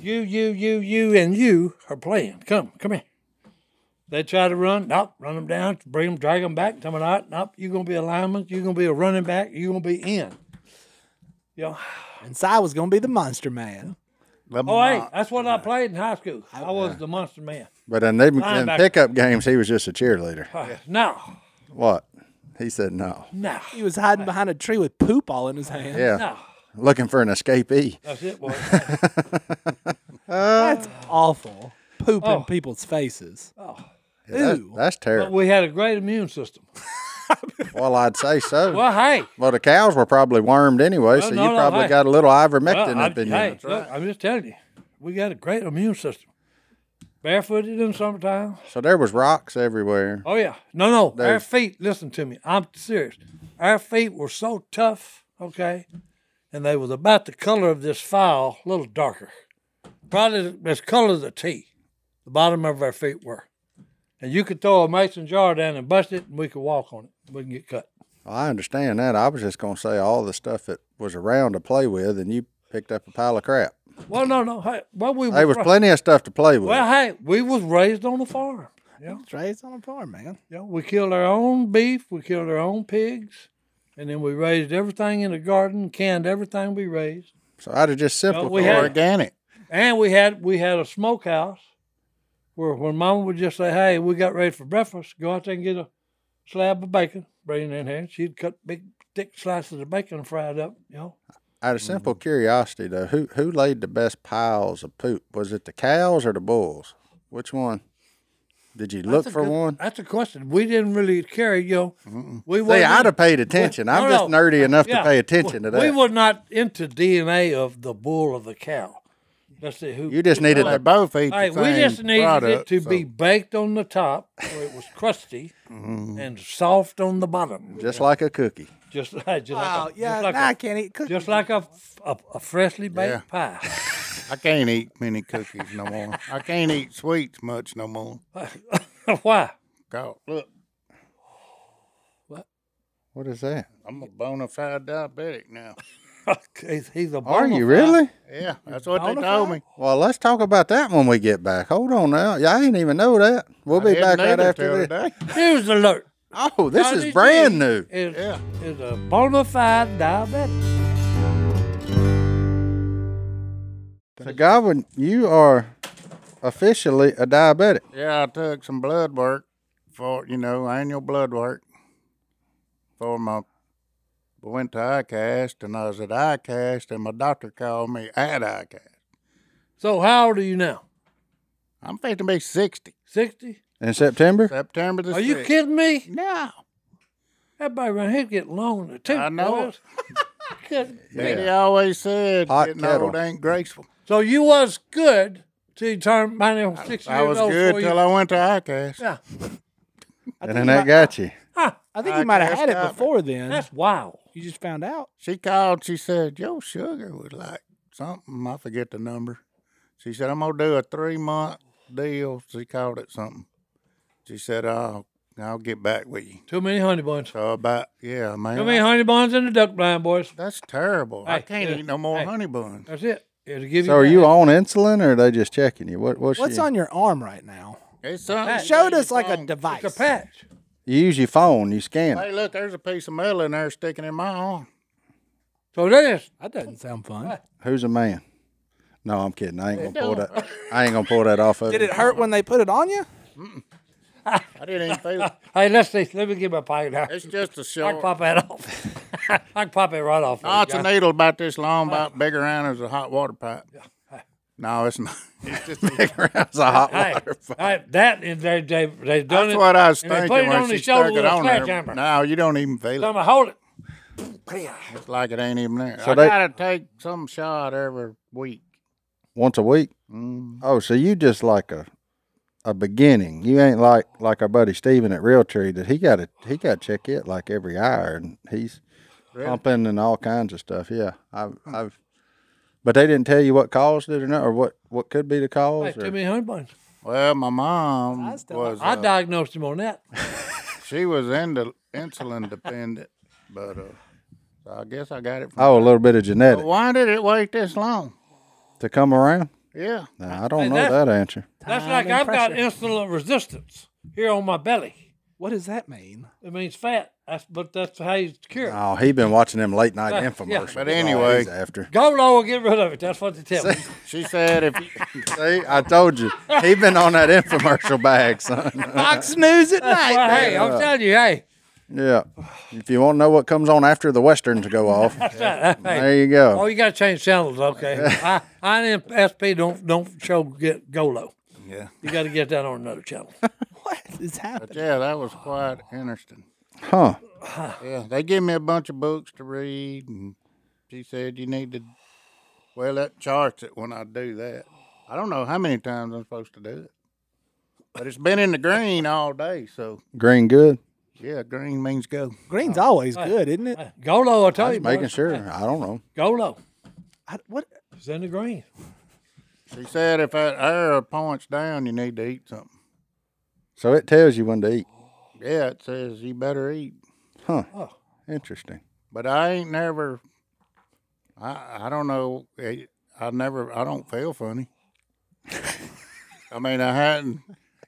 Speaker 3: You you you you and you are playing. Come come here. They try to run. Nope. Run them down. Bring them. Drag them back. Tell them not. Nope. You're gonna be a lineman. You're gonna be a running back. You're gonna be in. You know,
Speaker 2: and Si was gonna be the monster man.
Speaker 3: oh hey, that's what I played in high school. I was the monster man.
Speaker 1: But in them in
Speaker 3: Linebacker.
Speaker 1: pickup games he was just a cheerleader.
Speaker 3: Uh, no
Speaker 1: What? He said no.
Speaker 3: no
Speaker 2: He was hiding behind a tree with poop all in his hand.
Speaker 1: Yeah.
Speaker 3: no.
Speaker 1: Looking for an escapee.
Speaker 3: That's it, boy.
Speaker 2: That's awful. poop
Speaker 3: Oh.
Speaker 2: in people's faces.
Speaker 1: Yeah, that's,
Speaker 2: Ew.
Speaker 1: that's
Speaker 3: But
Speaker 1: terrible.
Speaker 3: we had a great immune system.
Speaker 1: Well, I'd say so. Well,
Speaker 3: Well, hey,
Speaker 1: the cows were probably wormed anyway, so
Speaker 3: no,
Speaker 1: you
Speaker 3: no,
Speaker 1: probably
Speaker 3: hey.
Speaker 1: got a little
Speaker 3: well,
Speaker 1: ivermectin
Speaker 3: I'm,
Speaker 1: up in you.
Speaker 3: hey, look, I'm just telling you, we got a great immune system. Barefooted in the summertime.
Speaker 1: So there was rocks everywhere.
Speaker 3: Oh yeah, no, no, our
Speaker 1: There's-
Speaker 3: feet. Listen to me, I'm serious. Our feet were so tough, okay, and they was about the color of this file, a little darker, probably as color as a tea. The bottom of our feet were, and you could throw a mason jar down and bust it, and we could walk on it. We can get cut.
Speaker 1: Well, I understand that. I was just gonna say all the stuff that was around to play with, and you picked up a pile of crap.
Speaker 3: Well, no, no, hey, well we
Speaker 1: There
Speaker 3: was
Speaker 1: was plenty of stuff to play with.
Speaker 3: well, hey, we was raised on a farm. Yeah,
Speaker 2: Trey's on a farm, man.
Speaker 3: yeah, we killed our own beef, we killed our own pigs, and then we raised everything in the garden, canned everything we raised.
Speaker 1: so I'd have just
Speaker 3: No,
Speaker 1: simplified.
Speaker 3: we had-
Speaker 4: Organic.
Speaker 3: And we had we had a smokehouse where when Mama would just say, "Hey, we got ready for breakfast. Go out there and get a slab of bacon, bring it in here." She'd cut big thick slices of bacon and fry it up. You know,
Speaker 1: Out of
Speaker 3: Mm-hmm.
Speaker 1: simple curiosity, though, who who laid the best piles of poop? Was it the cows or the bulls? Which one? Did you look
Speaker 3: That's a
Speaker 1: for
Speaker 3: good-
Speaker 1: one?
Speaker 3: That's a question. We didn't really care. You know, we
Speaker 1: See,
Speaker 3: wasn't-
Speaker 1: I'd have paid attention. I'm
Speaker 3: No,
Speaker 1: just
Speaker 3: no.
Speaker 1: nerdy enough
Speaker 3: yeah,
Speaker 1: to pay attention
Speaker 3: we,
Speaker 1: to that.
Speaker 3: We were not into DNA of the bull or the cow. Let's see who
Speaker 1: you just needed
Speaker 4: They
Speaker 1: a
Speaker 4: both eat
Speaker 3: Hey,
Speaker 4: the
Speaker 3: we
Speaker 4: same
Speaker 3: just needed
Speaker 4: product,
Speaker 3: it to
Speaker 4: so
Speaker 3: be baked on the top, where it was crusty,
Speaker 1: Mm-hmm.
Speaker 3: and soft on the bottom.
Speaker 1: just like a cookie.
Speaker 3: Just, just like
Speaker 2: Oh
Speaker 3: a,
Speaker 2: yeah,
Speaker 3: just like,
Speaker 2: nah, I
Speaker 3: a,
Speaker 2: can't eat cookies.
Speaker 3: just like a, a, a freshly baked
Speaker 4: I can't eat many cookies no more. I can't eat sweets much no more.
Speaker 3: pie. Why?
Speaker 4: God, look,
Speaker 1: What is that?
Speaker 4: I'm a bona fide diabetic now.
Speaker 3: he's, he's a
Speaker 1: Are
Speaker 3: bona
Speaker 1: you
Speaker 3: fide-
Speaker 1: really?
Speaker 4: Yeah, that's what they
Speaker 3: bona
Speaker 4: told
Speaker 3: fide?
Speaker 4: me.
Speaker 1: Well, let's talk about that when we get back. Hold on now. Yeah, I didn't even know that. We'll
Speaker 4: I
Speaker 1: be
Speaker 4: didn't
Speaker 1: back right
Speaker 4: either till
Speaker 1: after this.
Speaker 4: today.
Speaker 3: Here's the alert.
Speaker 1: Oh, this
Speaker 3: Johnny
Speaker 1: is brand
Speaker 3: G
Speaker 1: new.
Speaker 3: Is,
Speaker 4: Yeah.
Speaker 3: is a bona fide diabetic.
Speaker 1: So, Godwin, you are officially a diabetic.
Speaker 4: Yeah, I took some blood work for you know annual blood work for my. I went to ICAST and I was at ICAST and my doctor called me at ICAST.
Speaker 3: So how old are you now?
Speaker 4: I'm fixing to be sixty
Speaker 3: Sixty?
Speaker 1: In September?
Speaker 4: September the.
Speaker 3: Are you
Speaker 4: 6th.
Speaker 3: kidding me?
Speaker 4: No.
Speaker 3: Everybody around here getting long in the tooth.
Speaker 4: I know
Speaker 3: boys. Good
Speaker 4: Yeah. He always said
Speaker 1: Hot
Speaker 4: getting
Speaker 1: kettle.
Speaker 4: old ain't graceful.
Speaker 3: So you was good till you turned my name was sixty
Speaker 4: I
Speaker 3: years
Speaker 4: was
Speaker 3: old
Speaker 4: good
Speaker 3: before
Speaker 4: till
Speaker 3: you.
Speaker 4: I went to ICAST.
Speaker 3: Yeah.
Speaker 1: And then that got you.
Speaker 2: I think you might have
Speaker 4: guess
Speaker 2: had it
Speaker 4: not.
Speaker 2: before then.
Speaker 3: That's wild.
Speaker 2: you just found out.
Speaker 4: She called. She said, "Your sugar was like something. I forget the number." She said, "I'm gonna do a three month deal." She called it something. She said, "I'll I'll get back with you."
Speaker 3: Too many honey buns.
Speaker 4: So about yeah, man.
Speaker 3: Too many honey buns in the duck blind, boys.
Speaker 4: that's terrible. I
Speaker 3: Hey,
Speaker 4: can't
Speaker 3: yeah,
Speaker 4: eat no more
Speaker 3: hey.
Speaker 4: honey buns.
Speaker 3: That's it. It'll give
Speaker 1: So are
Speaker 3: that.
Speaker 1: you on insulin or are they just checking you? What what's,
Speaker 2: What's
Speaker 1: your,
Speaker 2: on your arm right now?
Speaker 4: It's something.
Speaker 3: Hey.
Speaker 4: you
Speaker 2: Showed
Speaker 4: need
Speaker 2: us
Speaker 4: to
Speaker 2: like a
Speaker 4: phone.
Speaker 2: device.
Speaker 3: It's a patch.
Speaker 1: you use your phone, you scan it.
Speaker 4: Hey, look, there's a piece of metal in there sticking in my arm.
Speaker 3: So that is
Speaker 2: That doesn't sound fun.
Speaker 1: Who's a man? No, I'm kidding. I ain't gonna pull that I ain't gonna pull that off of
Speaker 2: Did
Speaker 1: you.
Speaker 2: it hurt when they put it on you?
Speaker 4: I didn't even feel it.
Speaker 3: Hey, let's see. Let me get my pocket out.
Speaker 4: It's just a
Speaker 3: I can
Speaker 4: short.
Speaker 3: pop that off. I can pop it right off.
Speaker 4: Oh, it's a
Speaker 3: John.
Speaker 4: needle about this long, about big around as a hot water pipe. No, it's not. It's just a
Speaker 1: It's a hot
Speaker 3: Hey,
Speaker 1: water.
Speaker 3: hey, that is they they they've done
Speaker 4: That's
Speaker 3: it.
Speaker 4: what I was
Speaker 3: and they
Speaker 4: thinking
Speaker 3: put it
Speaker 4: when
Speaker 3: on
Speaker 4: she
Speaker 3: his shoulder
Speaker 4: stuck
Speaker 3: with
Speaker 4: it
Speaker 3: a
Speaker 4: on there.
Speaker 3: sledgehammer.
Speaker 4: No, you don't even feel
Speaker 3: Tell
Speaker 4: it.
Speaker 3: me, hold it.
Speaker 4: It's like it ain't even there.
Speaker 1: So
Speaker 4: I
Speaker 1: they-
Speaker 4: gotta take some shot every week.
Speaker 1: Once a week? Oh, so you just like a a beginning. You ain't like like our buddy Steven at Realtree that he got to he got to check it like every hour and he's pumping and all kinds of stuff. Yeah, I've I've, but they didn't tell you what caused it or not or what what could be the
Speaker 3: Hey,
Speaker 1: cause.
Speaker 3: too
Speaker 1: or-
Speaker 3: many honey buns.
Speaker 4: Well, my mom was
Speaker 3: I
Speaker 4: uh,
Speaker 3: diagnosed him on that.
Speaker 4: she was into insulin dependent, but uh, so I guess I got it from.
Speaker 1: oh, a little bit of
Speaker 4: But
Speaker 1: genetic
Speaker 4: why did it wait this long?
Speaker 1: to come around.
Speaker 4: Yeah,
Speaker 1: Nah, I don't
Speaker 3: Hey,
Speaker 1: know
Speaker 3: that's-
Speaker 1: that answer.
Speaker 3: That's
Speaker 2: Time
Speaker 3: like
Speaker 2: and
Speaker 3: I've got
Speaker 2: pressure.
Speaker 3: insulin resistance here on my belly.
Speaker 2: What does that mean?
Speaker 3: It means fat. That's but that's how you cure. it.
Speaker 1: Oh, he been watching them late night infomercials.
Speaker 4: But
Speaker 1: That's all
Speaker 4: anyway.
Speaker 1: he's after.
Speaker 3: Go low and get rid of it. That's what they tell me.
Speaker 4: she said if you,
Speaker 1: See, I told you, he been on that infomercial bag, son.
Speaker 3: Uh,
Speaker 2: Fox News at night.
Speaker 3: Well, hey, I'm telling you, hey,
Speaker 1: yeah, if you want to know what comes on after the westerns go off,
Speaker 3: hey, hey.
Speaker 1: there you
Speaker 3: Oh,
Speaker 1: go.
Speaker 3: you got to change channels, okay? I, I and SP don't don't show get go low.
Speaker 4: Yeah.
Speaker 3: You got to get that on another channel.
Speaker 2: What is happening?
Speaker 4: Yeah, that was quite
Speaker 3: Oh.
Speaker 4: interesting.
Speaker 1: Huh.
Speaker 4: Yeah, they gave me a bunch of books to read, and she said you need to. Well, that charts it when I do that. I don't know how many times I'm supposed to do it, but it's been in the green all day. So
Speaker 1: Green good.
Speaker 4: yeah, green means go.
Speaker 2: Green's always good, isn't it?
Speaker 3: Go low, I tell you.
Speaker 1: Just making
Speaker 3: boy.
Speaker 1: sure. I don't know.
Speaker 3: Go low.
Speaker 2: I, what?
Speaker 3: It's in the green.
Speaker 4: She said if that arrow points down, you need to eat something.
Speaker 1: So it tells you when to eat.
Speaker 4: Yeah, it says you better eat.
Speaker 1: Huh.
Speaker 2: Oh.
Speaker 1: Interesting.
Speaker 4: But I ain't never. I I don't know. I, I never. I don't feel funny. I mean, I hadn't.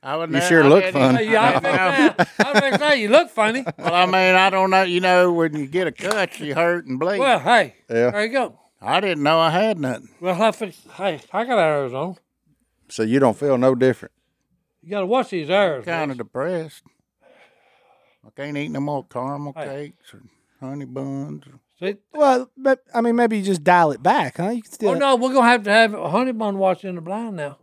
Speaker 4: I would.
Speaker 1: You
Speaker 4: ne-
Speaker 1: sure
Speaker 4: I
Speaker 1: look
Speaker 4: hadn't-
Speaker 1: funny.
Speaker 3: Hey, I think now, I think now you look funny.
Speaker 4: Well, I mean, I don't know. You know, when you get a cut, you hurt and bleed.
Speaker 3: Well, hey,
Speaker 1: Yeah.
Speaker 3: there you go.
Speaker 4: I didn't know I had nothing.
Speaker 3: Well, I think, hey, I got arrows on.
Speaker 1: So you don't feel no different.
Speaker 3: You got to watch these arrows.
Speaker 4: Kind of
Speaker 3: Rex.
Speaker 4: depressed. I can't eat no more caramel
Speaker 3: Hey.
Speaker 4: cakes or honey buns.
Speaker 3: See?
Speaker 2: Well, but I mean, maybe you just dial it back, huh? You can still.
Speaker 3: Oh no, we're gonna have to have a honey bun watch in the blind now.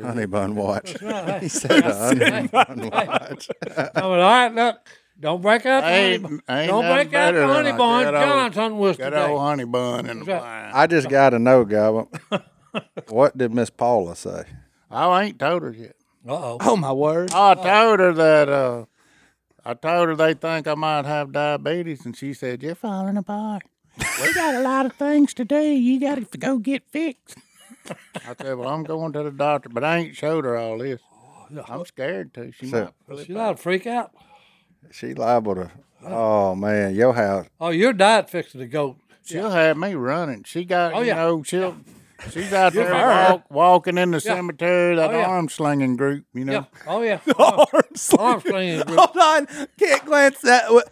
Speaker 1: Honey bun watch.
Speaker 3: right.
Speaker 1: he said uh, a honey bun watch.
Speaker 3: I mean, all right, look, don't break out the
Speaker 4: I
Speaker 3: honey
Speaker 4: ain't,
Speaker 3: bun.
Speaker 4: I ain't
Speaker 3: Don't
Speaker 4: nothing
Speaker 3: break out
Speaker 4: better
Speaker 3: the
Speaker 4: than
Speaker 3: honey
Speaker 4: a
Speaker 3: bun.
Speaker 4: good old-
Speaker 3: Johnson was
Speaker 4: Good
Speaker 3: today.
Speaker 4: old honey bun in the
Speaker 3: That's
Speaker 4: blind.
Speaker 1: I just got to know, Gobble. What did Miss Paula say?
Speaker 4: I ain't told her yet.
Speaker 3: Uh oh.
Speaker 2: Oh my word!
Speaker 4: I told her that. Uh, I told her they think I might have diabetes, and she said, "You're falling apart. We got a lot of things to do. You got to go get fixed." I said, "Well, I'm going to the doctor, but I ain't showed her all this.
Speaker 3: Oh,
Speaker 4: I'm scared to. She
Speaker 1: So-
Speaker 4: might flip
Speaker 3: She allowed to freak out.
Speaker 1: She liable to. Oh man, your house.
Speaker 3: Oh, your diet fixing to go.
Speaker 4: She'll have me running. She got,
Speaker 3: Oh,
Speaker 4: you
Speaker 3: yeah.
Speaker 4: know, she'll, she's out there
Speaker 3: fine.
Speaker 4: walk, walking in the cemetery, that
Speaker 3: Oh, yeah.
Speaker 4: arm slinging group, you know.
Speaker 3: Yeah. Oh yeah. Oh,
Speaker 2: Arm slinging.
Speaker 3: Arm slinging group.
Speaker 2: Hold on, can't glance that. wa-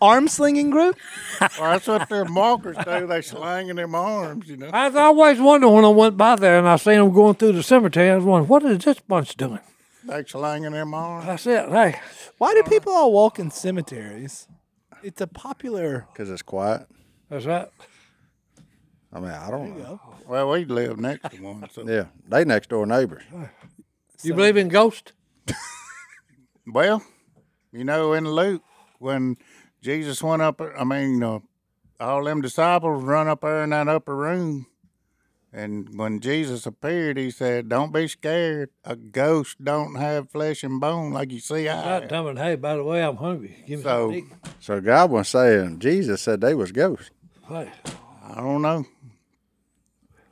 Speaker 2: Arm slinging group.
Speaker 4: Well, that's what their walkers do. They slinging them arms, you know.
Speaker 3: I was always wonder when I went by there and I seen them going through the cemetery. I was wondering, what is this bunch doing?
Speaker 4: They slinging them arms.
Speaker 3: I said, hey,
Speaker 2: Why do people all walk in cemeteries? It's a popular.
Speaker 1: Cause it's quiet.
Speaker 3: that's right.
Speaker 1: I mean, I don't know.
Speaker 4: Well, we live next to one, so.
Speaker 1: Yeah, they next door neighbors.
Speaker 3: You believe in ghosts?
Speaker 4: Well, you know, in Luke, when Jesus went up, I mean, uh, all them disciples run up there in that upper room. And when Jesus appeared, he said, Don't be scared. A ghost don't have flesh and bone like you see. I
Speaker 3: Right,
Speaker 4: have."
Speaker 3: Tom, and hey, by the way, I'm hungry. Give me
Speaker 4: So-
Speaker 3: something. to eat.
Speaker 1: So God was saying Jesus said they was ghosts.
Speaker 3: Hey,
Speaker 4: I don't know.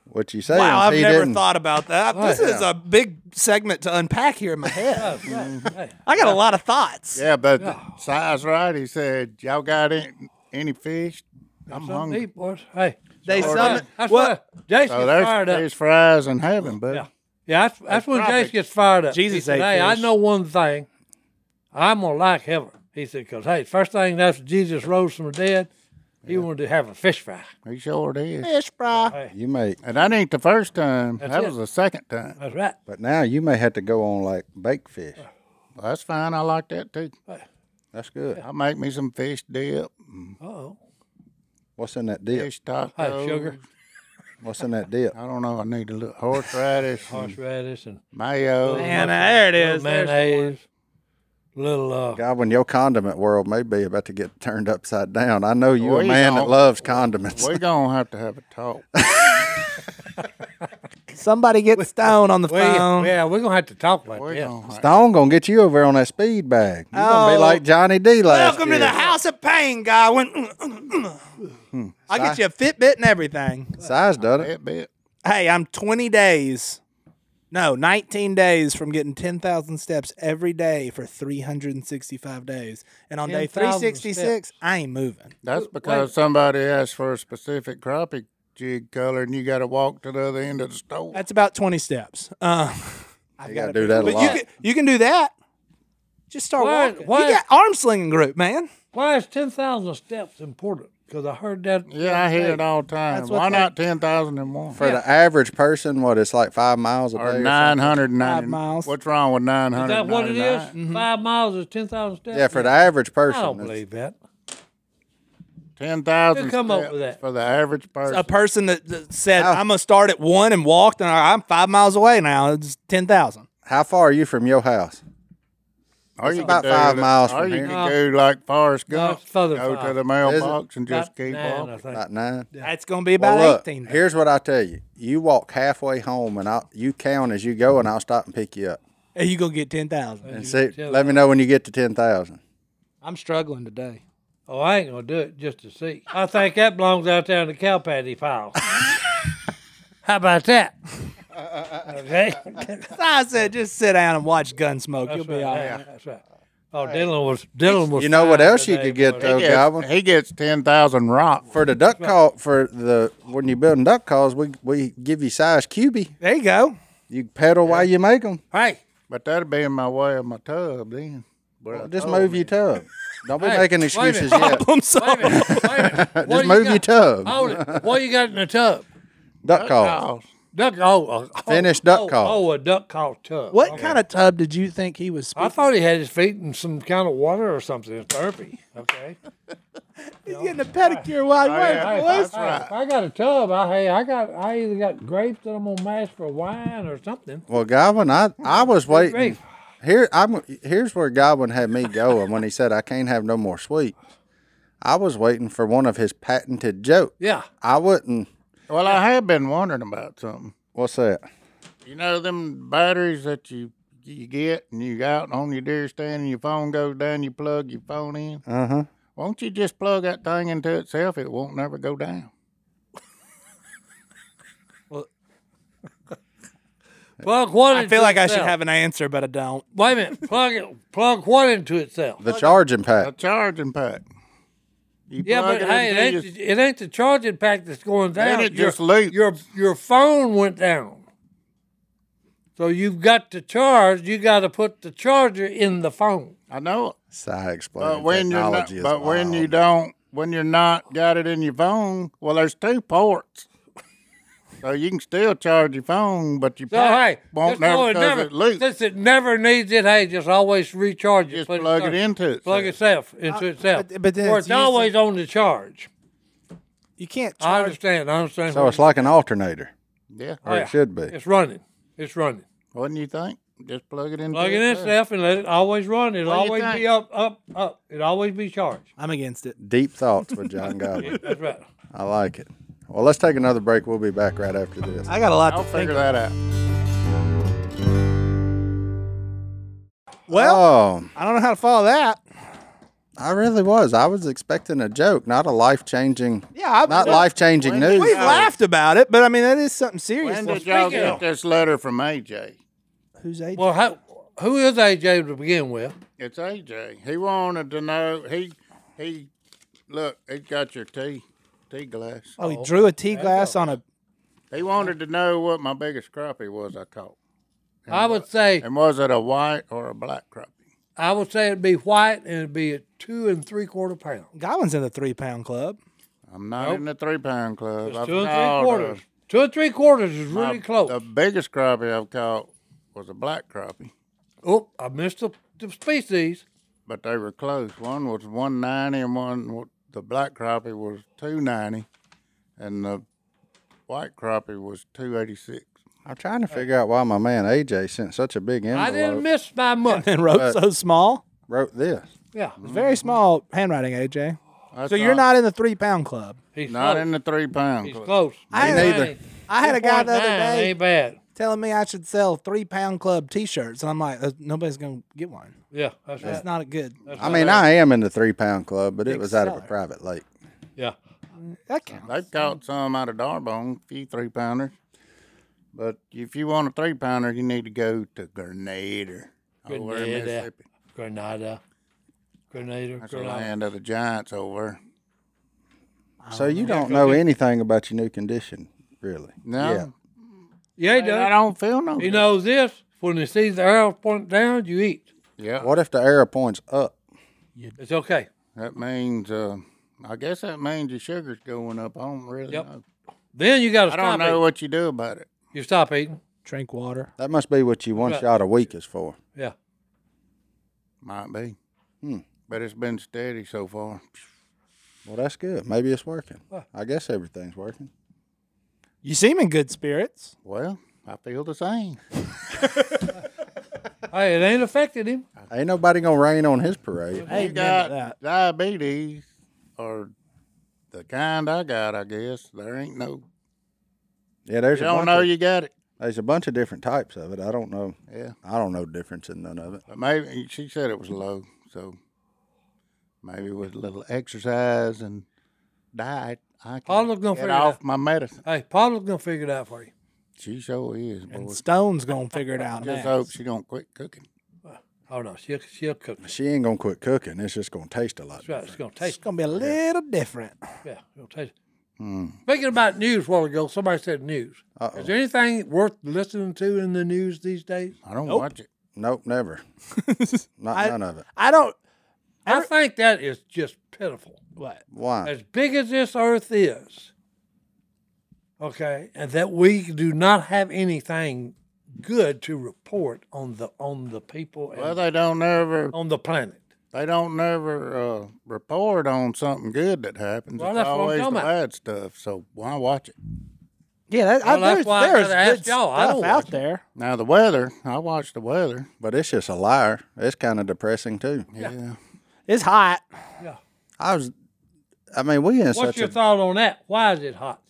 Speaker 1: What you saying?
Speaker 2: Wow, I've
Speaker 1: he
Speaker 2: never
Speaker 1: didn't-
Speaker 2: thought about that. This is a big segment to unpack here in my head.
Speaker 3: hey.
Speaker 2: I got a lot of thoughts.
Speaker 4: Yeah, but size right. He said, Y'all got any, any fish? I'm
Speaker 3: Something to
Speaker 4: hungry.
Speaker 3: eat, boys. Hey.
Speaker 2: They summon.
Speaker 3: That's
Speaker 2: Well,
Speaker 3: what Jace
Speaker 4: So
Speaker 3: gets
Speaker 4: there's,
Speaker 3: fired up.
Speaker 4: there's fries in heaven, but
Speaker 3: Yeah, yeah. That's, that's when
Speaker 4: probably-
Speaker 3: Jace gets fired up.
Speaker 2: Jesus
Speaker 3: he said,
Speaker 2: ate
Speaker 3: "Hey, I
Speaker 2: fish."
Speaker 3: know one thing. I'm gonna like heaven." He said, "Cause hey, first thing after Jesus rose from the dead, he wanted to have a fish fry."
Speaker 4: he sure did.
Speaker 2: fish fry.
Speaker 1: You may,
Speaker 4: And that ain't the first time. that
Speaker 3: it.
Speaker 4: was the second time.
Speaker 3: That's right.
Speaker 1: but now you may have to go on like baked fish.
Speaker 4: Well, that's fine. I like that too.
Speaker 3: Oh,
Speaker 1: That's good.
Speaker 4: I make me some fish dip,
Speaker 3: Uh oh.
Speaker 1: What's in that dip?
Speaker 4: fish tacos.
Speaker 3: Hey, sugar,
Speaker 1: What's in that dip?
Speaker 4: I don't know. I need to look horseradish, and
Speaker 3: horseradish, and
Speaker 4: mayo.
Speaker 2: And there it
Speaker 3: little
Speaker 2: is.
Speaker 3: mayonnaise. Little uh,
Speaker 1: Godwin, your condiment world may be about to get turned upside down. I know you're
Speaker 4: We
Speaker 1: a man that
Speaker 4: don't-
Speaker 1: loves condiments.
Speaker 4: We're gonna have to have a talk.
Speaker 2: Somebody get stoned on the
Speaker 3: we,
Speaker 2: phone.
Speaker 3: yeah, we're gonna have to talk about
Speaker 4: We're
Speaker 3: this.
Speaker 4: gonna. have-
Speaker 1: Stone gonna get you over there on that speed bag. You're gonna
Speaker 2: Oh.
Speaker 1: be like Johnny D last
Speaker 2: Welcome
Speaker 1: year.
Speaker 2: to the house of pain, Mm, guy. mm.
Speaker 1: Hmm.
Speaker 2: I'll get you a Fitbit and everything.
Speaker 1: Size done it.
Speaker 4: That bit.
Speaker 2: Hey, I'm 20 days, no, 19 days from getting 10,000 steps every day for 365 days. And on day
Speaker 3: 10,000
Speaker 2: 366, I ain't moving.
Speaker 4: That's because somebody asked for a specific crappie jig color, and you got to walk to the other end of the store.
Speaker 2: That's about 20 steps. Uh,
Speaker 1: You gotta do that a
Speaker 2: but you
Speaker 1: lot.
Speaker 2: can, you can do that. Just start
Speaker 3: Why-
Speaker 2: walking.
Speaker 3: why-
Speaker 2: You got arm slinging group, man.
Speaker 3: Why is ten thousand steps important? Because I heard that.
Speaker 4: yeah, I hear it all the time.
Speaker 2: That's what
Speaker 4: Why
Speaker 2: they-
Speaker 4: not ten thousand and one?
Speaker 1: For the average person, what it's like five miles a day.
Speaker 4: Or
Speaker 1: or
Speaker 4: nine hundred
Speaker 2: Five
Speaker 4: ninety
Speaker 2: miles.
Speaker 4: What's wrong with nine
Speaker 3: Is
Speaker 4: hundred?
Speaker 3: that what it
Speaker 4: Mm-hmm.
Speaker 3: is? Five miles is ten thousand
Speaker 1: something.
Speaker 3: steps.
Speaker 1: Yeah, for the average
Speaker 3: I
Speaker 1: person.
Speaker 3: don't
Speaker 1: it's-
Speaker 3: believe that.
Speaker 4: Ten thousand
Speaker 3: Who come up with that?
Speaker 4: for the average person.
Speaker 2: A person that, that said, I'm going to start at one and walked, and I- I'm five miles away now. It's 10,000.
Speaker 1: How far are you from your house?
Speaker 4: Or you
Speaker 1: about
Speaker 4: could
Speaker 1: five miles
Speaker 4: Or
Speaker 1: from
Speaker 4: you
Speaker 1: here.
Speaker 4: could go like Forrest
Speaker 3: No,
Speaker 4: Gump,
Speaker 3: further
Speaker 4: go to
Speaker 3: five.
Speaker 4: the mailbox and just
Speaker 3: About
Speaker 4: keep
Speaker 3: nine, I
Speaker 4: walking.
Speaker 3: think.
Speaker 1: About nine.
Speaker 2: That's going to be about
Speaker 1: Well, look,
Speaker 2: 18.
Speaker 1: here's what I tell you: you walk halfway home, and I will you count as you go, and I'll stop and pick you up
Speaker 2: and you going to get 10,000.
Speaker 1: and see. Let me know when you get to ten thousand.
Speaker 2: I'm struggling today.
Speaker 3: Oh, I ain't gonna do it just to see. I think that belongs out there in the cow patty pile. How about that? Okay,
Speaker 2: So I said, just sit down and watch Gunsmoke. You'll be all right.
Speaker 3: that's right. Oh, Dylan was Dylan was.
Speaker 1: You know what
Speaker 3: fine
Speaker 1: else you
Speaker 3: today,
Speaker 1: could get
Speaker 3: boy.
Speaker 1: though,
Speaker 4: He gets,
Speaker 1: Goblin?
Speaker 4: he gets ten thousand rock.
Speaker 1: For the duck call, for the when you're building duck calls, we we give you size cubie.
Speaker 2: There you go.
Speaker 1: You pedal while you make them.
Speaker 3: Hey,
Speaker 4: But that'd be in my way of my tub then. Where I
Speaker 1: Just
Speaker 4: told
Speaker 1: move
Speaker 4: me.
Speaker 1: your tub. Don't be
Speaker 3: Hey,
Speaker 1: making
Speaker 3: wait a minute.
Speaker 1: excuses yet.
Speaker 2: Problem solved.
Speaker 3: wait a minute, wait a minute. What
Speaker 1: Just
Speaker 3: do
Speaker 1: move
Speaker 3: got?
Speaker 1: your tub.
Speaker 3: Hold it. What you got in the tub?
Speaker 1: Duck calls.
Speaker 4: Oh,
Speaker 3: Duck. Oh, oh
Speaker 1: Finished duck
Speaker 3: oh,
Speaker 1: calls.
Speaker 3: Oh, a duck call tub.
Speaker 2: What kind of tub did you think he was
Speaker 3: I
Speaker 2: speaking?
Speaker 3: thought he had his feet in some kind of water or something. It's therapy. Okay.
Speaker 2: He's getting a pedicure while he works,
Speaker 4: yeah,
Speaker 2: boys.
Speaker 4: that's right.
Speaker 3: If I got a tub. I hey, I got I either got grapes that I'm gonna mash for wine or something.
Speaker 1: Well, Goblin, I I was waiting.
Speaker 3: grief.
Speaker 1: Here I'm. Here's where Goblin had me going when he said I can't have no more sweets. I was waiting for one of his patented jokes.
Speaker 3: Yeah.
Speaker 1: I wouldn't.
Speaker 4: Well, I have been wondering about something.
Speaker 1: What's that?
Speaker 4: Uh, You know them batteries that you you get and you out on your deer stand and your phone goes down, you plug your phone in.
Speaker 1: Uh huh.
Speaker 4: Won't you just plug that thing into itself? It won't never go down.
Speaker 3: Plug what?
Speaker 2: I feel like I should have an answer, but I don't.
Speaker 3: Wait a minute. Plug it. Plug what into itself?
Speaker 1: The charging
Speaker 4: A
Speaker 1: pack.
Speaker 4: charging pack. You
Speaker 3: yeah,
Speaker 4: plug
Speaker 3: but hey, it
Speaker 4: into
Speaker 3: ain't,
Speaker 4: your-
Speaker 3: the, it ain't the charging pack that's going down.
Speaker 4: it
Speaker 3: your,
Speaker 4: just loops.
Speaker 3: Your your phone went down. So you've got to charge. You got to put the charger in the phone.
Speaker 4: I know it.
Speaker 1: Side
Speaker 4: But
Speaker 1: explaining
Speaker 4: when you're not,
Speaker 1: technology is
Speaker 4: but when you
Speaker 1: wild.
Speaker 4: don't, when you're not got it in your phone, well, there's two ports. So you can still charge your phone, but your
Speaker 3: So
Speaker 4: pack
Speaker 3: hey, just
Speaker 4: won't
Speaker 3: go
Speaker 4: never
Speaker 3: and
Speaker 4: because it loops.
Speaker 3: Since it never needs it, hey, just always recharge it.
Speaker 4: Just
Speaker 3: put
Speaker 4: plug it
Speaker 3: charge-
Speaker 4: into itself.
Speaker 3: Plug itself into itself.
Speaker 2: but- but then
Speaker 3: or
Speaker 2: it's
Speaker 3: it's
Speaker 2: used-
Speaker 3: always on the charge.
Speaker 2: You can't
Speaker 3: I
Speaker 2: charge.
Speaker 3: understand. I understand.
Speaker 1: So
Speaker 3: what
Speaker 1: it's like an alternator.
Speaker 4: yeah,
Speaker 1: Or
Speaker 3: Yeah.
Speaker 1: It should be.
Speaker 3: It's running. It's running.
Speaker 4: wouldn't you think? Just plug it into
Speaker 3: Plug it in
Speaker 4: itself.
Speaker 3: itself and let it always run. It'll
Speaker 4: What do
Speaker 3: always
Speaker 4: you think?
Speaker 3: be up, up, up. It'll always be charged.
Speaker 2: I'm against it.
Speaker 1: Deep thoughts with John Goblin.
Speaker 3: That's right.
Speaker 1: I like it. Well, let's take another break. We'll be back right after this.
Speaker 2: I got a lot
Speaker 4: I'll
Speaker 2: to think.
Speaker 4: figure that out.
Speaker 2: Well,
Speaker 1: Oh,
Speaker 2: I don't know how to follow that.
Speaker 1: I really was. I was expecting a joke, not a life changing.
Speaker 2: Yeah, I-
Speaker 1: not
Speaker 2: no.
Speaker 1: life changing news.
Speaker 2: We've laughed about it, but I mean that is something serious.
Speaker 4: When
Speaker 2: Well,
Speaker 4: did y'all
Speaker 3: speaking
Speaker 4: get
Speaker 3: of-
Speaker 4: this letter from AJ?
Speaker 2: Who's age?
Speaker 3: Well, how, who is AJ to begin with?
Speaker 4: It's AJ. He wanted to know. He he, look, he got your tea tea glass.
Speaker 2: oh, he drew a tea glass on a.
Speaker 4: He wanted to know what my biggest crappie was I caught,
Speaker 3: I would say
Speaker 4: and was it a white or a black crappie?
Speaker 3: I would say it'd be white and it'd be a two and three quarter pound.
Speaker 2: Goblin's in the three pound club.
Speaker 4: I'm not in the three pound club.
Speaker 3: It's
Speaker 4: I've
Speaker 3: two and three
Speaker 4: caught a-
Speaker 3: quarters. Two and three quarters is
Speaker 4: my-
Speaker 3: really close.
Speaker 4: The biggest crappie I've caught was a black crappie,
Speaker 3: oh, I missed the, the species.
Speaker 4: but they were close. One was 190, and one wa- the black crappie was 290, and the white crappie was 286.
Speaker 1: I'm trying to figure out why my man AJ sent such a big
Speaker 3: I didn't
Speaker 1: envelope.
Speaker 3: miss by much.
Speaker 2: And wrote so small.
Speaker 1: Wrote this.
Speaker 3: Yeah,
Speaker 2: It's very small handwriting, AJ.
Speaker 4: That's
Speaker 2: So you're
Speaker 4: all.
Speaker 2: not in the three pound club.
Speaker 3: he's
Speaker 4: Not
Speaker 3: close.
Speaker 4: in the three pound
Speaker 3: He's
Speaker 4: club.
Speaker 3: close.
Speaker 2: I
Speaker 3: Two
Speaker 2: had-
Speaker 3: ninety.
Speaker 2: I had a guy the other
Speaker 3: 2.9
Speaker 2: day
Speaker 3: Ain't bad.
Speaker 2: telling me I should sell three pound club t shirts, and I'm like, "Uh, nobody's gonna get one.
Speaker 3: Yeah, that's right.
Speaker 2: That's not a good.
Speaker 1: I mean, I am in the three pound club, but it was out of a
Speaker 2: seller.
Speaker 1: private lake.
Speaker 3: Yeah.
Speaker 2: That counts.
Speaker 4: They've caught some out of Darbone, a few three pounders. But if you want a three pounder, you need to go to Grenada. Over in
Speaker 3: Grenada.
Speaker 4: Mississippi.
Speaker 3: Grenada. Grenada.
Speaker 4: That's the
Speaker 3: Grenada.
Speaker 4: land of the giants over
Speaker 1: So you don't know anything about your new condition, really.
Speaker 4: No.
Speaker 1: Yeah.
Speaker 3: Yeah, he
Speaker 4: there. I
Speaker 3: does.
Speaker 4: don't feel no
Speaker 3: He
Speaker 4: good.
Speaker 3: knows this. When he sees the arrow point down, you eat.
Speaker 4: Yeah.
Speaker 1: What if the arrow points up?
Speaker 3: It's okay.
Speaker 4: That means, uh, I guess that means your sugar's going up. I don't really
Speaker 3: Yep.
Speaker 4: know.
Speaker 3: Then you got to
Speaker 4: I
Speaker 3: stop
Speaker 4: don't know
Speaker 3: eating.
Speaker 4: what you do about it.
Speaker 3: You stop eating.
Speaker 2: Drink water.
Speaker 1: That must be what you one
Speaker 3: Right.
Speaker 1: shot a week is for.
Speaker 3: Yeah.
Speaker 4: Might be.
Speaker 1: Hmm.
Speaker 4: But it's been steady so far.
Speaker 1: Well, that's good. Maybe it's working. I guess everything's working.
Speaker 2: You seem in good spirits.
Speaker 4: Well, I feel the same.
Speaker 3: Hey, it ain't affected him.
Speaker 1: Ain't nobody gonna rain on his parade.
Speaker 2: Hey,
Speaker 4: you got diabetes or the kind I got, I guess. There ain't no.
Speaker 1: Yeah, there's
Speaker 4: You
Speaker 1: a
Speaker 4: don't
Speaker 1: bunch
Speaker 4: know
Speaker 1: of,
Speaker 4: you got it.
Speaker 1: there's a bunch of different types of it. I don't know.
Speaker 4: Yeah.
Speaker 1: I don't know the difference in none of it.
Speaker 4: But maybe she said it was low, so maybe with a little exercise and diet, I
Speaker 3: Paul
Speaker 4: can
Speaker 3: was gonna
Speaker 4: get
Speaker 3: figure it
Speaker 4: off
Speaker 3: out.
Speaker 4: my medicine.
Speaker 3: Hey, Paul was gonna figure it out for you.
Speaker 4: She sure is, boy.
Speaker 2: And Stone's gonna figure it out.
Speaker 4: Just
Speaker 2: next.
Speaker 4: hope she don't quit cooking.
Speaker 3: Oh no, she'll she'll cook. That's
Speaker 1: She ain't gonna quit cooking. It's just gonna taste a lot.
Speaker 3: right. It's gonna
Speaker 2: It's
Speaker 3: taste.
Speaker 2: gonna be a little different.
Speaker 3: Yeah, it'll taste. Speaking about news, a while ago, somebody said news. Is there anything worth listening to in the news these days?
Speaker 4: I don't watch it.
Speaker 1: Nope, never. Not
Speaker 2: I-
Speaker 1: none of it.
Speaker 2: I don't.
Speaker 3: I think that is just pitiful.
Speaker 2: What?
Speaker 1: Why?
Speaker 3: As big as this earth is, okay, and that we do not have anything good to report on the on the people and
Speaker 4: Well, they don't never,
Speaker 3: on the planet.
Speaker 4: they don't never uh, report on something good that happens.
Speaker 3: Well,
Speaker 4: it's
Speaker 3: that's what I'm
Speaker 4: always
Speaker 3: talking
Speaker 4: the
Speaker 3: about.
Speaker 4: bad stuff. So why watch it?
Speaker 2: Yeah, that,
Speaker 3: Well,
Speaker 2: I,
Speaker 3: that's
Speaker 2: there's,
Speaker 3: why I
Speaker 2: there's
Speaker 3: gotta ask
Speaker 2: good
Speaker 3: y'all. I
Speaker 2: stuff
Speaker 3: don't watch
Speaker 2: out
Speaker 3: it.
Speaker 2: there.
Speaker 4: Now the weather, I watch the weather.
Speaker 1: But it's just a liar. It's kind of depressing too.
Speaker 4: yeah.
Speaker 2: It's hot.
Speaker 1: I was. I mean, we in
Speaker 3: What's
Speaker 1: such
Speaker 3: your
Speaker 1: a
Speaker 3: thought on that? Why is it hot?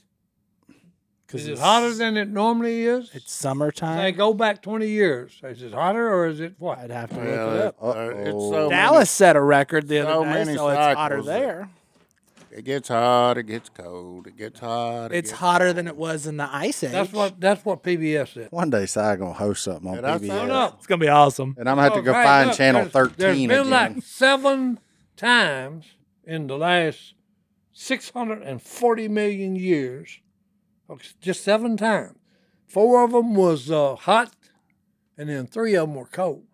Speaker 3: Is it
Speaker 2: it's-
Speaker 3: hotter than it normally is?
Speaker 2: It's
Speaker 3: They
Speaker 2: summertime.
Speaker 3: go back 20 years. Is it hotter or is it what?
Speaker 2: I'd have to
Speaker 4: Yeah,
Speaker 2: look it up.
Speaker 4: uh, it's so
Speaker 2: Dallas set a record the other
Speaker 4: so
Speaker 2: day,
Speaker 4: many
Speaker 2: so it's hotter
Speaker 4: cycles that-
Speaker 2: there.
Speaker 4: Many, it gets hot, it gets cold, it gets hot. It
Speaker 2: It's
Speaker 4: gets
Speaker 2: hotter than it was in the ice age.
Speaker 3: That's what that's what PBS said.
Speaker 1: one day. Cy gonna host something on
Speaker 4: Did I
Speaker 1: PBS,
Speaker 4: sign
Speaker 3: Hold up.
Speaker 2: It's gonna be awesome.
Speaker 1: and I'm gonna have to go
Speaker 3: Hey,
Speaker 1: find
Speaker 3: Oh, look,
Speaker 1: channel
Speaker 3: there's- There's
Speaker 1: thirteen
Speaker 3: been
Speaker 1: again.
Speaker 3: like seven times in the last 640 million years. Okay, Just seven times. Four of them was uh, hot, and then three of them were cold.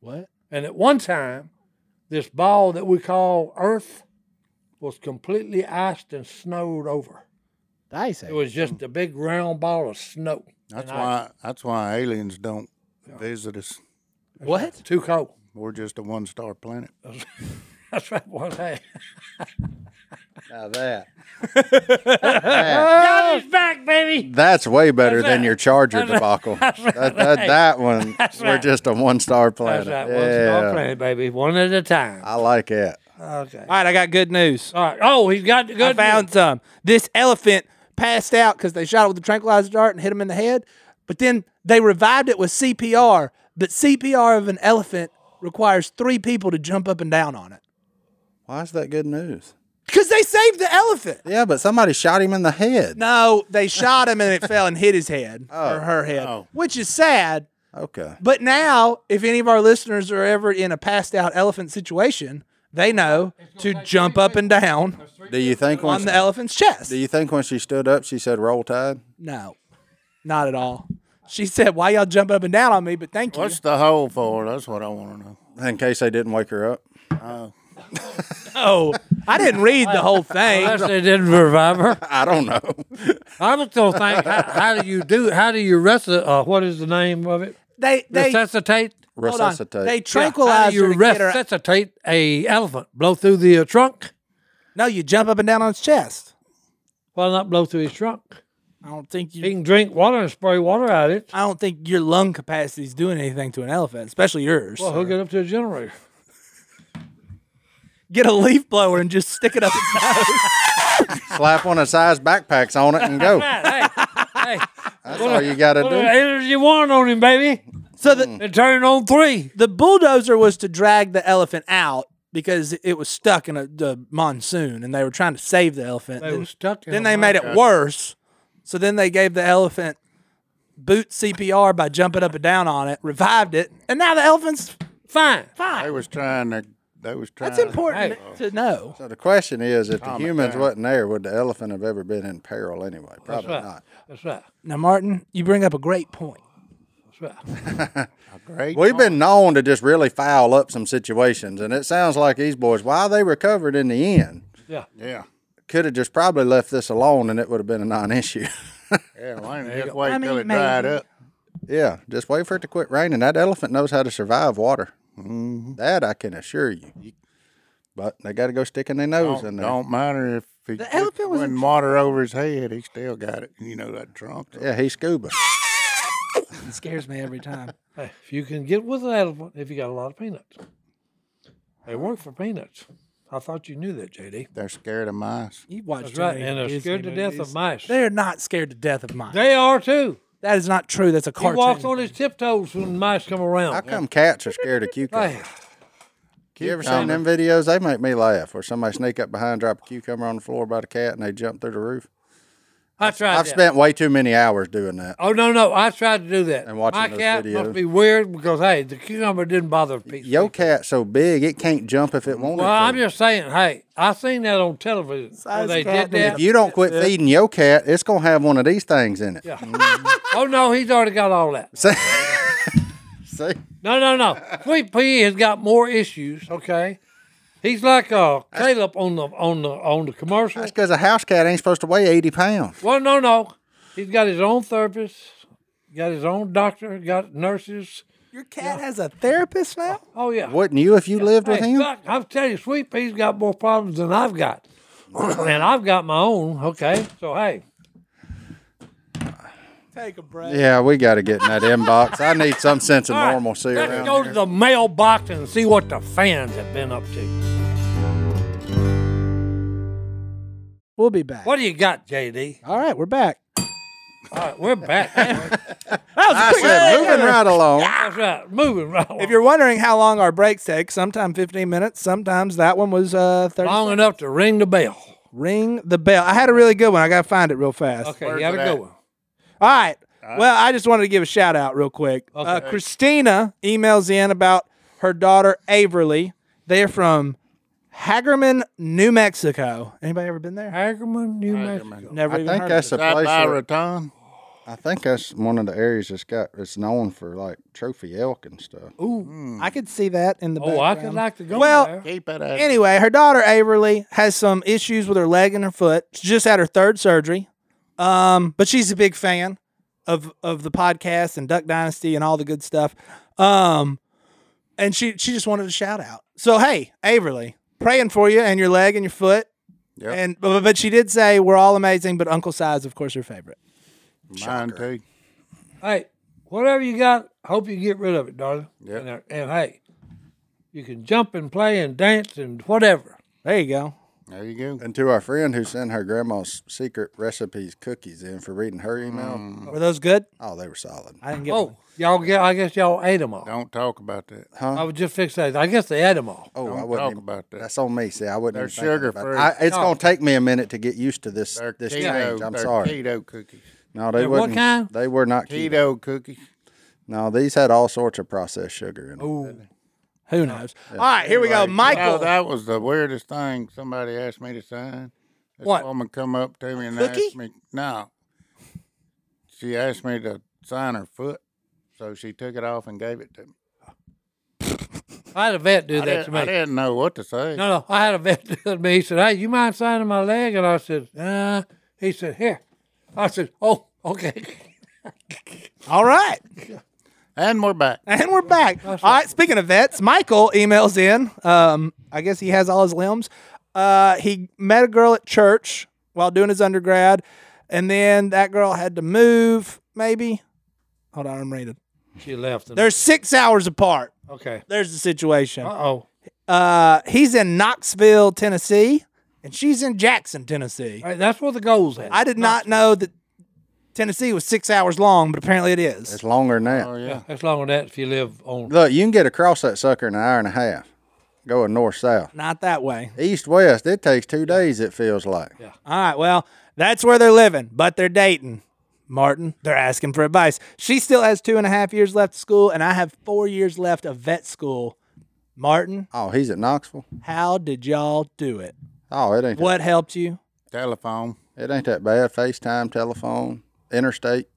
Speaker 2: What?
Speaker 3: And at one time, this ball that we call Earth was completely iced and snowed over.
Speaker 2: The ice age.
Speaker 3: It was just a big round ball of snow.
Speaker 4: That's
Speaker 3: And
Speaker 4: why. That's why aliens don't visit us.
Speaker 2: what?
Speaker 3: Too cold.
Speaker 4: We're just a one-star planet.
Speaker 3: That's right. What hey.
Speaker 1: Now that
Speaker 3: God is back, baby.
Speaker 1: that's way better
Speaker 3: That's
Speaker 1: than
Speaker 3: right.
Speaker 1: your Charger debacle. that, that, that one, we're
Speaker 3: right.
Speaker 1: just a one star planet.
Speaker 3: That's right. One
Speaker 1: yeah,
Speaker 3: star planet, baby. One at a time.
Speaker 1: I like it.
Speaker 3: Okay.
Speaker 2: All right, I got good news.
Speaker 3: All right. Oh, he's got the
Speaker 2: I
Speaker 3: good.
Speaker 2: found
Speaker 3: news.
Speaker 2: some. This elephant passed out because they shot it with a tranquilizer dart and hit him in the head. But then they revived it with CPR. But CPR of an elephant requires three people to jump up and down on it
Speaker 1: Why is that good news?
Speaker 2: because they saved the elephant.
Speaker 1: Yeah, but somebody shot him in the head.
Speaker 2: No, they shot him and it fell and hit his head or her head, which is sad.
Speaker 1: Okay.
Speaker 2: But now, if any of our listeners are ever in a passed out elephant situation, they know to jump up and down
Speaker 1: Do you think
Speaker 2: on
Speaker 1: when
Speaker 2: the elephant's chest.
Speaker 1: do you think when she stood up she said roll tide?
Speaker 2: No, not at all. She said, "Why y'all jump up and down on me?" But thank you.
Speaker 4: What's the hole for? That's what I want to know.
Speaker 1: In case they didn't wake her up.
Speaker 2: Oh, I didn't read the whole thing.
Speaker 3: Unless they didn't revive her.
Speaker 1: I don't know.
Speaker 3: I was still thinking, how, how do you do? How do you resuscitate? Uh, what is the name of it?
Speaker 2: They they
Speaker 3: Resuscitate.
Speaker 2: hold on.
Speaker 1: Resuscitate.
Speaker 2: They
Speaker 3: How
Speaker 2: tranquilize
Speaker 3: do you
Speaker 2: her to get her-
Speaker 3: resuscitate a elephant? Blow through the uh, trunk?
Speaker 2: No, you jump up and down on his chest.
Speaker 3: Why not blow through his trunk?
Speaker 2: I don't think
Speaker 3: He
Speaker 2: you.
Speaker 3: can drink water and spray water at it.
Speaker 2: I don't think your lung capacity is doing anything to an elephant, especially yours.
Speaker 3: Well, hook it up to a generator.
Speaker 2: Get a leaf blower and just stick it up its nose.
Speaker 1: Slap one of size backpacks on it and go.
Speaker 3: hey, hey,
Speaker 1: That's all you gotta
Speaker 3: put an
Speaker 1: do.
Speaker 3: energy one on him, baby,
Speaker 2: So the
Speaker 3: and turn it on three.
Speaker 2: the bulldozer was to drag the elephant out because it was stuck in a the monsoon, and they were trying to save the elephant.
Speaker 3: They
Speaker 2: Then-
Speaker 3: were stuck. In
Speaker 2: then
Speaker 3: a
Speaker 2: they made it
Speaker 3: bunker.
Speaker 2: worse. So then they gave the elephant boot CPR by jumping up and down on it, revived it, and now the elephant's
Speaker 3: Fine.
Speaker 4: They
Speaker 2: fine.
Speaker 4: was trying to. They was trying.
Speaker 2: That's important to know.
Speaker 1: So the question is if the humans wasn't there, would the elephant have ever been in peril anyway? Probably
Speaker 3: right.
Speaker 1: not.
Speaker 3: That's right.
Speaker 2: Now, Martin, you bring up a great point.
Speaker 3: That's right.
Speaker 4: Great.
Speaker 1: We've been known to just really foul up some situations, and it sounds like these boys, while they recovered in the end,
Speaker 3: Yeah.
Speaker 4: Yeah.
Speaker 1: could have just probably left this alone, and it would have been a non-issue.
Speaker 4: Yeah. Why didn't just wait
Speaker 2: I
Speaker 4: till
Speaker 2: mean,
Speaker 4: it dried
Speaker 2: maybe.
Speaker 4: up?
Speaker 1: yeah, just wait for it to Mm-hmm. quit raining. That elephant knows how to survive water. That I can assure you. But they got to go sticking their nose in
Speaker 4: Don't,
Speaker 1: there.
Speaker 4: don't matter if he
Speaker 2: The elephant was
Speaker 4: not
Speaker 2: in-
Speaker 4: water over his head. He still got it. You know that Trump.
Speaker 1: Yeah, he's scuba.
Speaker 2: It scares me every time.
Speaker 3: Hey, if you can get with an elephant, if you got a lot of peanuts, they work for peanuts. I thought you knew that, JD.
Speaker 4: They're scared of mice.
Speaker 2: You watch
Speaker 3: That's right,
Speaker 2: too many
Speaker 3: and they're
Speaker 2: Disney
Speaker 3: scared to death of
Speaker 2: movies.
Speaker 3: mice.
Speaker 2: They're not scared to death of mice.
Speaker 3: They are too.
Speaker 2: that is not true. That's a
Speaker 3: He
Speaker 2: cartoon.
Speaker 3: walks on his tiptoes when mice come
Speaker 1: How
Speaker 3: around.
Speaker 1: come cats are scared of cucumbers?
Speaker 3: Hey,
Speaker 1: You ever seen them videos? They make me laugh. Where somebody sneak up behind, drop a cucumber on the floor by the cat, and they jump through the roof.
Speaker 3: I tried.
Speaker 1: I've
Speaker 3: that.
Speaker 1: spent way too many hours doing that.
Speaker 3: Oh no, no! I tried to do that.
Speaker 1: And watching
Speaker 3: My
Speaker 1: those
Speaker 3: cat
Speaker 1: videos.
Speaker 3: must be weird because hey, the cucumber didn't bother people.
Speaker 1: Your cat's so big it can't jump if it wanted
Speaker 3: Well,
Speaker 1: to.
Speaker 3: I'm just saying. Hey, I seen that on television. where
Speaker 2: Size
Speaker 3: they
Speaker 2: cat
Speaker 3: did that.
Speaker 1: if you don't quit feeding your cat, it's gonna have one of these things in it.
Speaker 3: Yeah.
Speaker 1: Mm-hmm.
Speaker 3: oh no, he's already got all that.
Speaker 1: See? See?
Speaker 3: No, no, no. Sweet Pea has got more issues. Okay, he's like uh, Caleb on the on the on the commercial.
Speaker 1: That's because a house cat ain't supposed to weigh eighty pounds.
Speaker 3: Well, no, no. He's got his own therapist. Got his own doctor. Got nurses.
Speaker 2: Your cat has a therapist now.
Speaker 3: Oh yeah.
Speaker 1: Wouldn't you if you lived with
Speaker 3: Hey,
Speaker 1: him?
Speaker 3: Doc, I'm telling you, Sweet Pea's got more problems than I've got. and I've got my own, okay? So, hey,
Speaker 2: Take a break.
Speaker 1: Yeah, we got to get in that inbox. I need some sense of
Speaker 3: all right,
Speaker 1: normalcy
Speaker 3: let's
Speaker 1: around
Speaker 3: go
Speaker 1: here.
Speaker 3: to the mailbox and see what the fans have been up to.
Speaker 2: We'll be back.
Speaker 3: What do you got, JD?
Speaker 2: All right, we're back.
Speaker 3: All right, we're back.
Speaker 2: That was a
Speaker 1: I
Speaker 2: quick
Speaker 1: said,
Speaker 2: break.
Speaker 1: moving right along.
Speaker 3: That's right, moving right
Speaker 2: If
Speaker 3: along.
Speaker 2: you're wondering how long our breaks take, sometimes 15 minutes, sometimes that one was uh 30.
Speaker 3: Long enough to ring the bell.
Speaker 2: Ring the bell. I had a really good one. I got to find it real fast.
Speaker 3: Okay,
Speaker 4: Where's
Speaker 3: you have a
Speaker 4: it
Speaker 3: good
Speaker 4: at?
Speaker 3: one.
Speaker 2: All right. Well, I just wanted to give a shout out real quick. Uh, Christina emails in about her daughter Averly. They're from Hagerman, New Mexico. Anybody ever been there?
Speaker 3: Hagerman, New Mexico.
Speaker 2: Never
Speaker 1: I
Speaker 2: even
Speaker 1: think
Speaker 2: heard
Speaker 1: that's
Speaker 2: of
Speaker 1: the
Speaker 4: That
Speaker 1: place. Where,
Speaker 4: Byraton.
Speaker 1: I think that's one of the areas that's got it's known for like trophy elk and stuff.
Speaker 2: it. Ooh, Mm. I could see that in the
Speaker 3: Oh, I
Speaker 2: background.
Speaker 3: could like to go
Speaker 2: Well,
Speaker 3: there.
Speaker 4: Keep it at
Speaker 2: Anyway, her daughter Averly has some issues with her leg and her foot. She just had her third surgery, um, but she's a big fan of of the podcast and Duck Dynasty and all the good stuff. Um, and she she just wanted a shout out. So hey, Averly, praying for you and your leg and your foot.
Speaker 4: Yep.
Speaker 2: And but, but she did say we're all amazing, but Uncle Si is of course her favorite.
Speaker 4: mine too.
Speaker 3: Hey, whatever you got, hope you get rid of it, darling.
Speaker 4: Yep.
Speaker 3: And, uh, and hey, you can jump and play and dance and whatever.
Speaker 2: There you go.
Speaker 4: There you go.
Speaker 1: And to our friend who sent her grandma's secret recipes cookies in for reading her email,
Speaker 4: Mm.
Speaker 2: Were those good?
Speaker 1: oh, they were solid.
Speaker 2: I didn't get. one.
Speaker 3: Oh, y'all get? I guess y'all ate them all.
Speaker 4: Don't talk about that.
Speaker 3: I was just fixing that. I guess they ate them all.
Speaker 1: Oh, I
Speaker 4: Don't
Speaker 1: wouldn't.
Speaker 4: talk
Speaker 1: even-
Speaker 4: about that.
Speaker 1: That's on me. See, I wouldn't.
Speaker 4: They're
Speaker 1: even think
Speaker 4: sugar
Speaker 1: about it.
Speaker 4: free.
Speaker 1: I, it's
Speaker 3: No.
Speaker 1: gonna take me a minute to get used to this
Speaker 4: They're
Speaker 1: this
Speaker 4: keto.
Speaker 1: change. I'm
Speaker 4: they're
Speaker 1: sorry.
Speaker 4: Keto cookies.
Speaker 1: No, they
Speaker 3: They're what
Speaker 1: wouldn't.
Speaker 3: kind?
Speaker 1: They were not keto.
Speaker 4: Keto cookies.
Speaker 1: No, these had all sorts of processed sugar in them.
Speaker 2: Who knows? All right, here we go. Michael.
Speaker 4: Oh, that was the weirdest thing somebody asked me to sign. This
Speaker 3: What?
Speaker 4: woman come up to me and
Speaker 2: Cookie?
Speaker 4: asked me. No, she asked me to sign her foot, so she took it off and gave it to me.
Speaker 3: I had a vet do
Speaker 4: I,
Speaker 3: that to
Speaker 4: didn't, I
Speaker 3: me.
Speaker 4: didn't know what to say.
Speaker 3: No, no, I had a vet do that to me. He said, "Hey, you mind signing my leg?" And I said, "Uh." He said, "Here." I said, "Oh, okay."
Speaker 2: all right.
Speaker 4: And we're back.
Speaker 2: And we're back. All right. Speaking of vets, Michael emails in. Um, I guess he has all his limbs. Uh, he met a girl at church while doing his undergrad, and then that girl had to move. Maybe. Hold on, I'm reading.
Speaker 3: She left. And,
Speaker 2: They're six hours apart.
Speaker 3: okay.
Speaker 2: There's the situation.
Speaker 3: Uh oh.
Speaker 2: Uh, he's in Knoxville, Tennessee, and she's in Jackson, Tennessee.
Speaker 3: that's where the goals at.
Speaker 2: I did not know that Tennessee was six hours long, but apparently it is.
Speaker 1: It's longer than that.
Speaker 4: Oh yeah.
Speaker 3: That's long on that. If you live on
Speaker 1: Look, you can get across that sucker in an hour and a half. Going north south,
Speaker 2: Not that way.
Speaker 1: east west. It takes two days. It feels like.
Speaker 2: All right, well, that's where they're living, but they're dating. Martin, they're asking for advice. She still has two and a half years left of school, and I have four years left of vet school. Martin,
Speaker 1: Oh, he's at Knoxville.
Speaker 2: how did y'all do it?
Speaker 1: Oh, it ain't.
Speaker 2: What helped you?
Speaker 4: Telephone.
Speaker 1: It ain't that bad. FaceTime, telephone, interstate,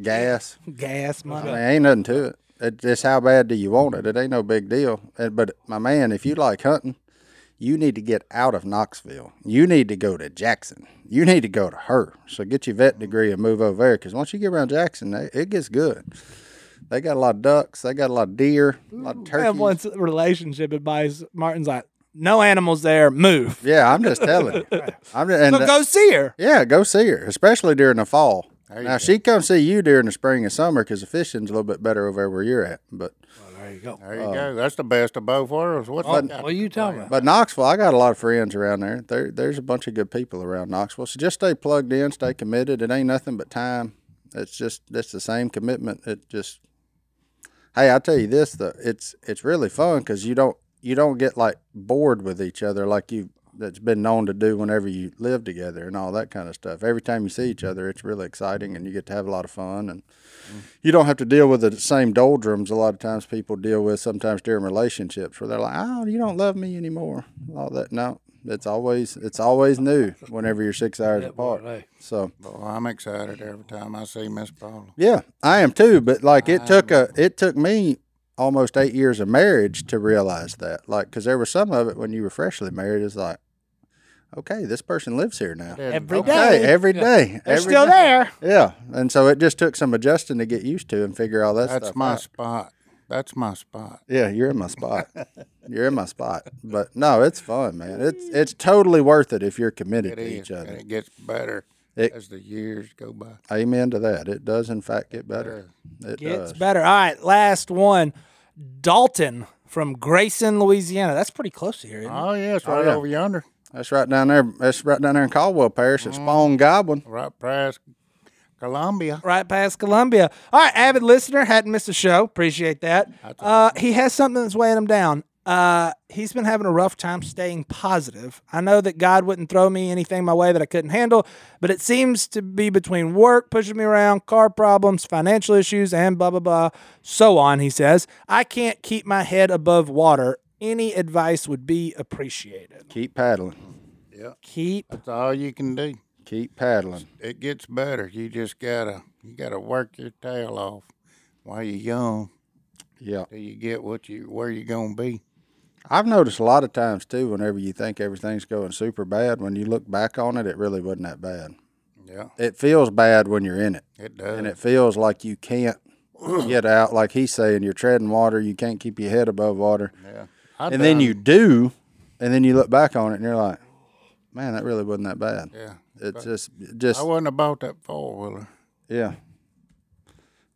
Speaker 1: gas.
Speaker 2: Gas
Speaker 1: I mean,
Speaker 2: money.
Speaker 1: ain't nothing to it. it. It's how bad do you want it? It ain't no big deal. And- But my man, if you like hunting, you need to get out of Knoxville. You need to go to Jackson. You need to go to her. So get your vet degree and move over there. Because once you get around Jackson, they- it gets good. They got a lot of ducks. They got a lot of deer, a lot of
Speaker 2: I have
Speaker 1: turkeys.
Speaker 2: one relationship advice. Martin's like, No animals there. Move.
Speaker 1: Yeah, I'm just telling you. I'm just, and
Speaker 2: So
Speaker 1: the-
Speaker 2: go see her.
Speaker 1: yeah, go see her, especially during the fall.
Speaker 4: you
Speaker 1: Now she come see you during the spring and summer because the fishing's a little bit better over where you're at. But
Speaker 3: There you go.
Speaker 4: There you go. That's the best of both worlds. What
Speaker 3: Oh,
Speaker 4: the-
Speaker 3: what you talking about?
Speaker 1: but Knoxville, I got a lot of friends around there. There, there's a bunch of good people around Knoxville. So just stay plugged in, stay committed. It ain't nothing but time. It's just it's the same commitment. It just hey, I tell you this though, it's it's really fun because you don't you don't get like bored with each other like you that's been known to do whenever you live together and all that kind of stuff. Every time you see each other, it's really exciting and you get to have a lot of fun and you don't have to deal with the same doldrums a lot of times people deal with sometimes during relationships where they're like, "Oh, you don't love me anymore." All that no, it's always it's always new whenever you're 6 hours apart.
Speaker 3: right.
Speaker 1: So
Speaker 4: Boy, I'm excited every time I see Miss Paula.
Speaker 1: yeah, I am too. But like, it took a it took me almost eight years of marriage to realize that. Like, because there was some of it when you were freshly married. It's like, okay, this person lives here now.
Speaker 2: Every
Speaker 1: Okay,
Speaker 2: day.
Speaker 1: every day,
Speaker 2: They're
Speaker 1: every
Speaker 2: still
Speaker 1: day.
Speaker 2: there.
Speaker 1: Yeah, and so it just took some adjusting to get used to and figure all that
Speaker 4: That's
Speaker 1: stuff
Speaker 4: my
Speaker 1: out.
Speaker 4: spot. That's my spot.
Speaker 1: Yeah, you're in my spot. you're in my spot. But no, it's fun, man. It's it's totally worth it if you're committed
Speaker 4: It
Speaker 1: to
Speaker 4: is,
Speaker 1: each other.
Speaker 4: and it gets better
Speaker 1: It-
Speaker 4: as the years go by.
Speaker 1: Amen to that. It does in fact get better. It
Speaker 2: Gets
Speaker 1: does.
Speaker 2: better. All right, last one. Dalton from Grayson, Louisiana. That's pretty close to here. Isn't it?
Speaker 4: Oh yeah, it's right
Speaker 1: yeah.
Speaker 4: over yonder.
Speaker 1: That's right down there. That's right down there in Caldwell Parish at
Speaker 4: Mm-hmm.
Speaker 1: Spawn Goblin.
Speaker 4: Right past Columbia.
Speaker 2: right past Columbia. All right, avid listener, hadn't missed a show. Appreciate that. Uh, he has something that's weighing him down. Uh, he's been having a rough time staying positive. I know that God wouldn't throw me anything my way that I couldn't handle, but it seems to be between work pushing me around, car problems, financial issues, and blah, blah, blah, so on, he says. I can't keep my head above water. Any advice would be appreciated.
Speaker 1: Keep paddling.
Speaker 2: Keep
Speaker 4: That's all you can do.
Speaker 1: Keep paddling.
Speaker 4: It gets better. You just gotta you gotta work your tail off while you're young
Speaker 1: Yeah.
Speaker 4: till you get what you where you gonna be.
Speaker 1: I've noticed a lot of times too, whenever you think everything's going super bad, when you look back on it, it really wasn't that bad.
Speaker 4: Yeah,
Speaker 1: It feels bad when you're in it.
Speaker 4: it does.
Speaker 1: and it feels like you can't get out. Like he's saying, you're treading water, you can't keep your head above water,
Speaker 4: yeah. I
Speaker 1: and then
Speaker 4: done-
Speaker 1: you do, and then you look back on it and you're like, man, that really wasn't that bad.
Speaker 4: Yeah.
Speaker 1: It's just, just
Speaker 4: I wouldn't have bought that four wheeler.
Speaker 1: yeah.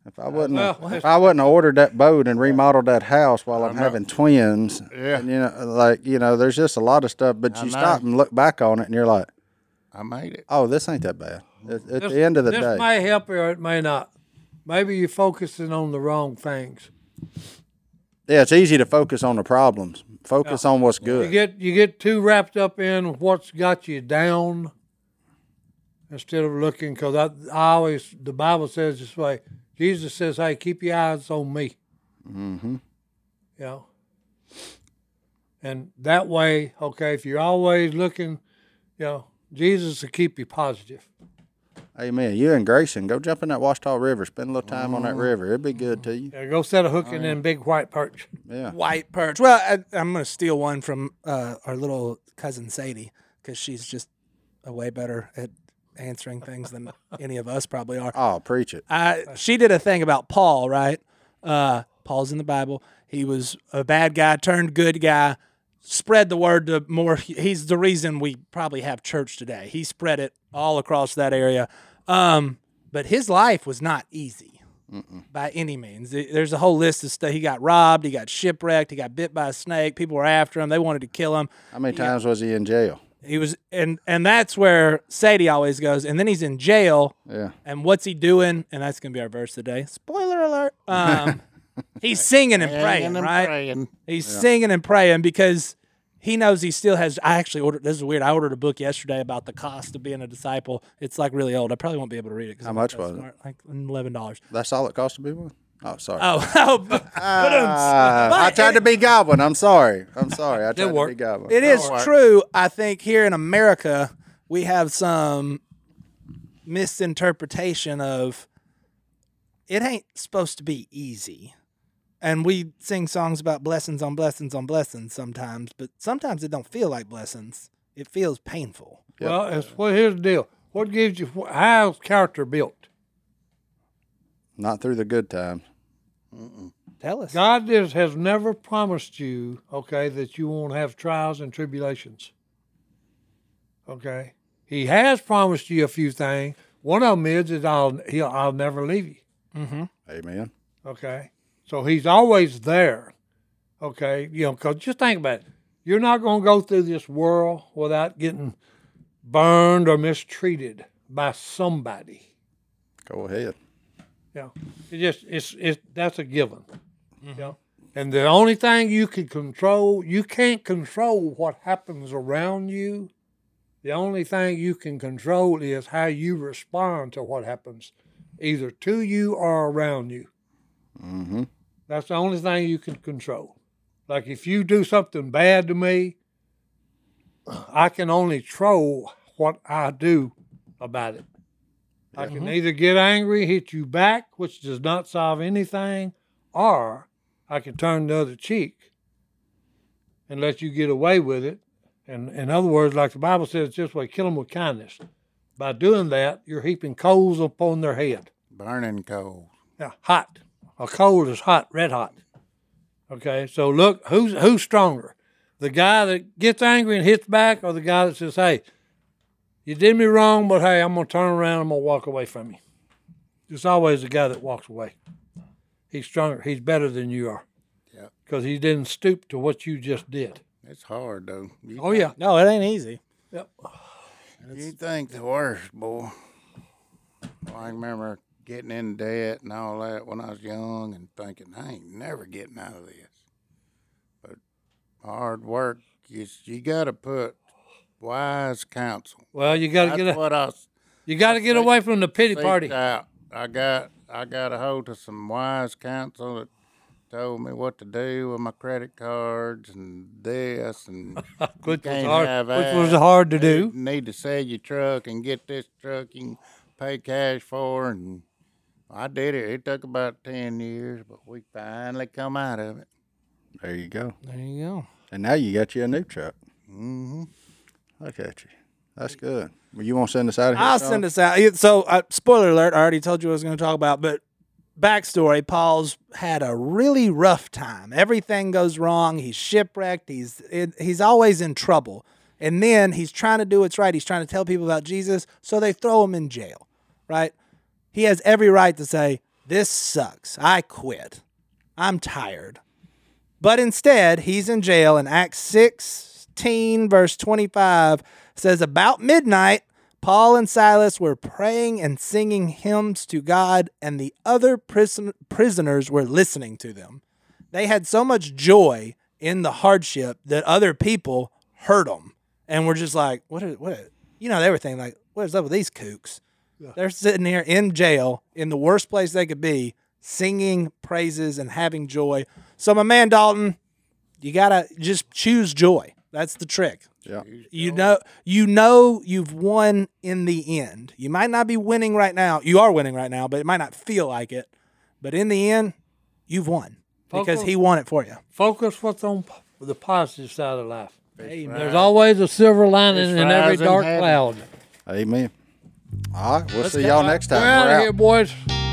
Speaker 1: If I wouldn't,
Speaker 3: Well,
Speaker 1: have-
Speaker 3: it's-
Speaker 1: if I wouldn't have ordered that boat and remodeled that house while I'm having twins,
Speaker 4: Yeah.
Speaker 1: and, you know, like you know, there's just a lot of stuff. But you
Speaker 4: know.
Speaker 1: stop and look back on it, and you're like,
Speaker 4: I made it.
Speaker 1: oh, this ain't that bad. At, at
Speaker 3: This-
Speaker 1: the end of the
Speaker 3: this
Speaker 1: day,
Speaker 3: may help you or it may not. Maybe you're focusing on the wrong things.
Speaker 1: yeah, it's easy to focus on the problems. Focus on what's good.
Speaker 3: You get you get too wrapped up in what's got you down instead of looking because I, I always the Bible says this way. Jesus says, "Hey, keep your eyes on me." Mm-hmm. You know, and that way, okay, if you're always looking, you know, Jesus will keep you positive.
Speaker 1: Amen. You and Grayson, go jump in that Washita River. Spend a little time on that
Speaker 2: Mm-hmm.
Speaker 1: river. It'd be good to you.
Speaker 3: Oh, Yeah, go set a hook in them big white perch.
Speaker 1: Yeah.
Speaker 2: white perch. Well, I, I'm going to steal one from uh, our little cousin Sadie because she's just a way better at answering things than any of us probably are.
Speaker 1: Oh, preach it.
Speaker 2: I, she did a thing about Paul, right? Uh, Paul's in the Bible. He was a bad guy, turned good guy, spread the word to more. He's the reason we probably have church today. He spread it all across that area. Um, but his life was not easy by any means. Th- There's a whole list of stuff. He got robbed, he got shipwrecked, he got bit by a snake. People were after him, they wanted to kill him.
Speaker 1: How many times was he in jail?
Speaker 2: He was, and, and that's where Sadie always goes. And then he's in jail.
Speaker 1: Yeah.
Speaker 2: And what's he doing? And that's gonna be our verse today. Spoiler alert. Um, he's singing and praying,
Speaker 4: Hanging and
Speaker 2: right?
Speaker 4: praying.
Speaker 2: He's singing and praying because he knows he still has. I actually ordered. This is weird. I ordered a book yesterday about the cost of being a disciple. It's like really old. I probably won't be able to read it. 'cause
Speaker 1: How
Speaker 2: I'm
Speaker 1: much
Speaker 2: not that
Speaker 1: was it?
Speaker 2: smart. Like eleven dollars.
Speaker 1: That's all it cost to be one? Oh, sorry.
Speaker 2: Oh, oh but,
Speaker 1: Ah, I tried to be Goblin. I'm sorry. I'm sorry. I tried to be
Speaker 3: work.
Speaker 1: Goblin.
Speaker 2: It is true. I think here in America, we have some misinterpretation of it ain't supposed to be easy. And we sing songs about blessings on blessings on blessings sometimes, but sometimes it don't feel like blessings. It feels painful.
Speaker 3: Well, it's, well, here's the deal. What gives you wh- how's character built?
Speaker 1: Not through the good times.
Speaker 2: Tell us.
Speaker 3: God is, has never promised you, okay, that you won't have trials and tribulations. Okay, He has promised you a few things. One of them is that I'll he'll, I'll never leave you.
Speaker 1: Amen.
Speaker 3: Okay. So he's always there. Okay. You know, because just think about it. You're not going to go through this world without getting burned or mistreated by somebody.
Speaker 1: Go ahead.
Speaker 3: You know, it just, it's, it's, that's a given. You know, Mm-hmm. and the only thing you can control, you can't control what happens around you. The only thing you can control is how you respond to what happens, either to you or around you. That's the only thing you can control. Like if you do something bad to me, I can only troll what I do about it. I can either get angry, hit you back, which does not solve anything, or I can turn the other cheek and let you get away with it. And in other words, like the Bible says, it's this way kill them with kindness. By doing that, you're heaping coals upon their head.
Speaker 4: Burning coal.
Speaker 3: Yeah, hot. A coal is hot, red hot. Okay, so look, who's who's stronger? The guy that gets angry and hits back, or the guy that says, "Hey, you did me wrong, but hey, I'm gonna turn around, I'm gonna walk away from you." It's always the guy that walks away. He's stronger. He's better than you are.
Speaker 4: Yeah.
Speaker 3: Because he didn't stoop to what you just did.
Speaker 4: It's hard though. You,
Speaker 3: Oh yeah.
Speaker 2: No, it ain't easy.
Speaker 4: you think the worst, boy. Well, I remember getting in debt and all that when I was young, and thinking I ain't never getting out of this. But hard work, you you got to put wise counsel.
Speaker 3: Well, you gotta
Speaker 4: That's
Speaker 3: get a,
Speaker 4: what I s-
Speaker 3: you gotta get away from the pity
Speaker 4: seeked
Speaker 3: party.
Speaker 4: out. I got I got a hold of some wise counsel that told me what to do with my credit cards and this and
Speaker 3: Which was
Speaker 4: can't
Speaker 3: hard.
Speaker 4: have
Speaker 3: Which
Speaker 4: that.
Speaker 3: was hard to do.
Speaker 4: You need to sell your truck and get this truck you can pay cash for. And I did it. It took about 10 years, but we finally come out of it.
Speaker 1: There you go.
Speaker 2: There you go.
Speaker 1: And now you got you a new truck. Mm-hmm. Look at you. That's good. Well, you want to send us out of here?
Speaker 2: I'll
Speaker 1: Sean?
Speaker 2: send us out. Yeah, So, uh, spoiler alert, I already told you what I was going to talk about, but backstory Paul's had a really rough time. Everything goes wrong. He's shipwrecked. He's, in he's always in trouble. And then he's trying to do what's right. He's trying to tell people about Jesus. So they throw him in jail, right? He has every right to say, This sucks. I quit. I'm tired. But instead, he's in jail, and Acts 16, verse 25 says, About midnight, Paul and Silas were praying and singing hymns to God, and the other prison- prisoners were listening to them. They had so much joy in the hardship that other people heard them and were just like, What? Is, what? Is, you know, they were thinking, like, What is up with these kooks? They're sitting here in jail in the worst place they could be, singing praises and having joy. So, my man Dalton, you gotta just choose joy. That's the trick.
Speaker 1: Yeah.
Speaker 2: You know, you know, you've won in the end. You might not be winning right now. You are winning right now, but it might not feel like it. But in the end, you've won because
Speaker 3: Focus.
Speaker 2: he won it for you.
Speaker 3: focus what's on p- the positive side of life. There's always a silver lining
Speaker 4: It's
Speaker 3: in every
Speaker 4: rising
Speaker 3: dark
Speaker 4: heaven.
Speaker 3: cloud.
Speaker 1: Amen. All right. We'll see y'all next time.
Speaker 3: We're out
Speaker 1: We're
Speaker 3: of
Speaker 1: out.
Speaker 3: here, boys.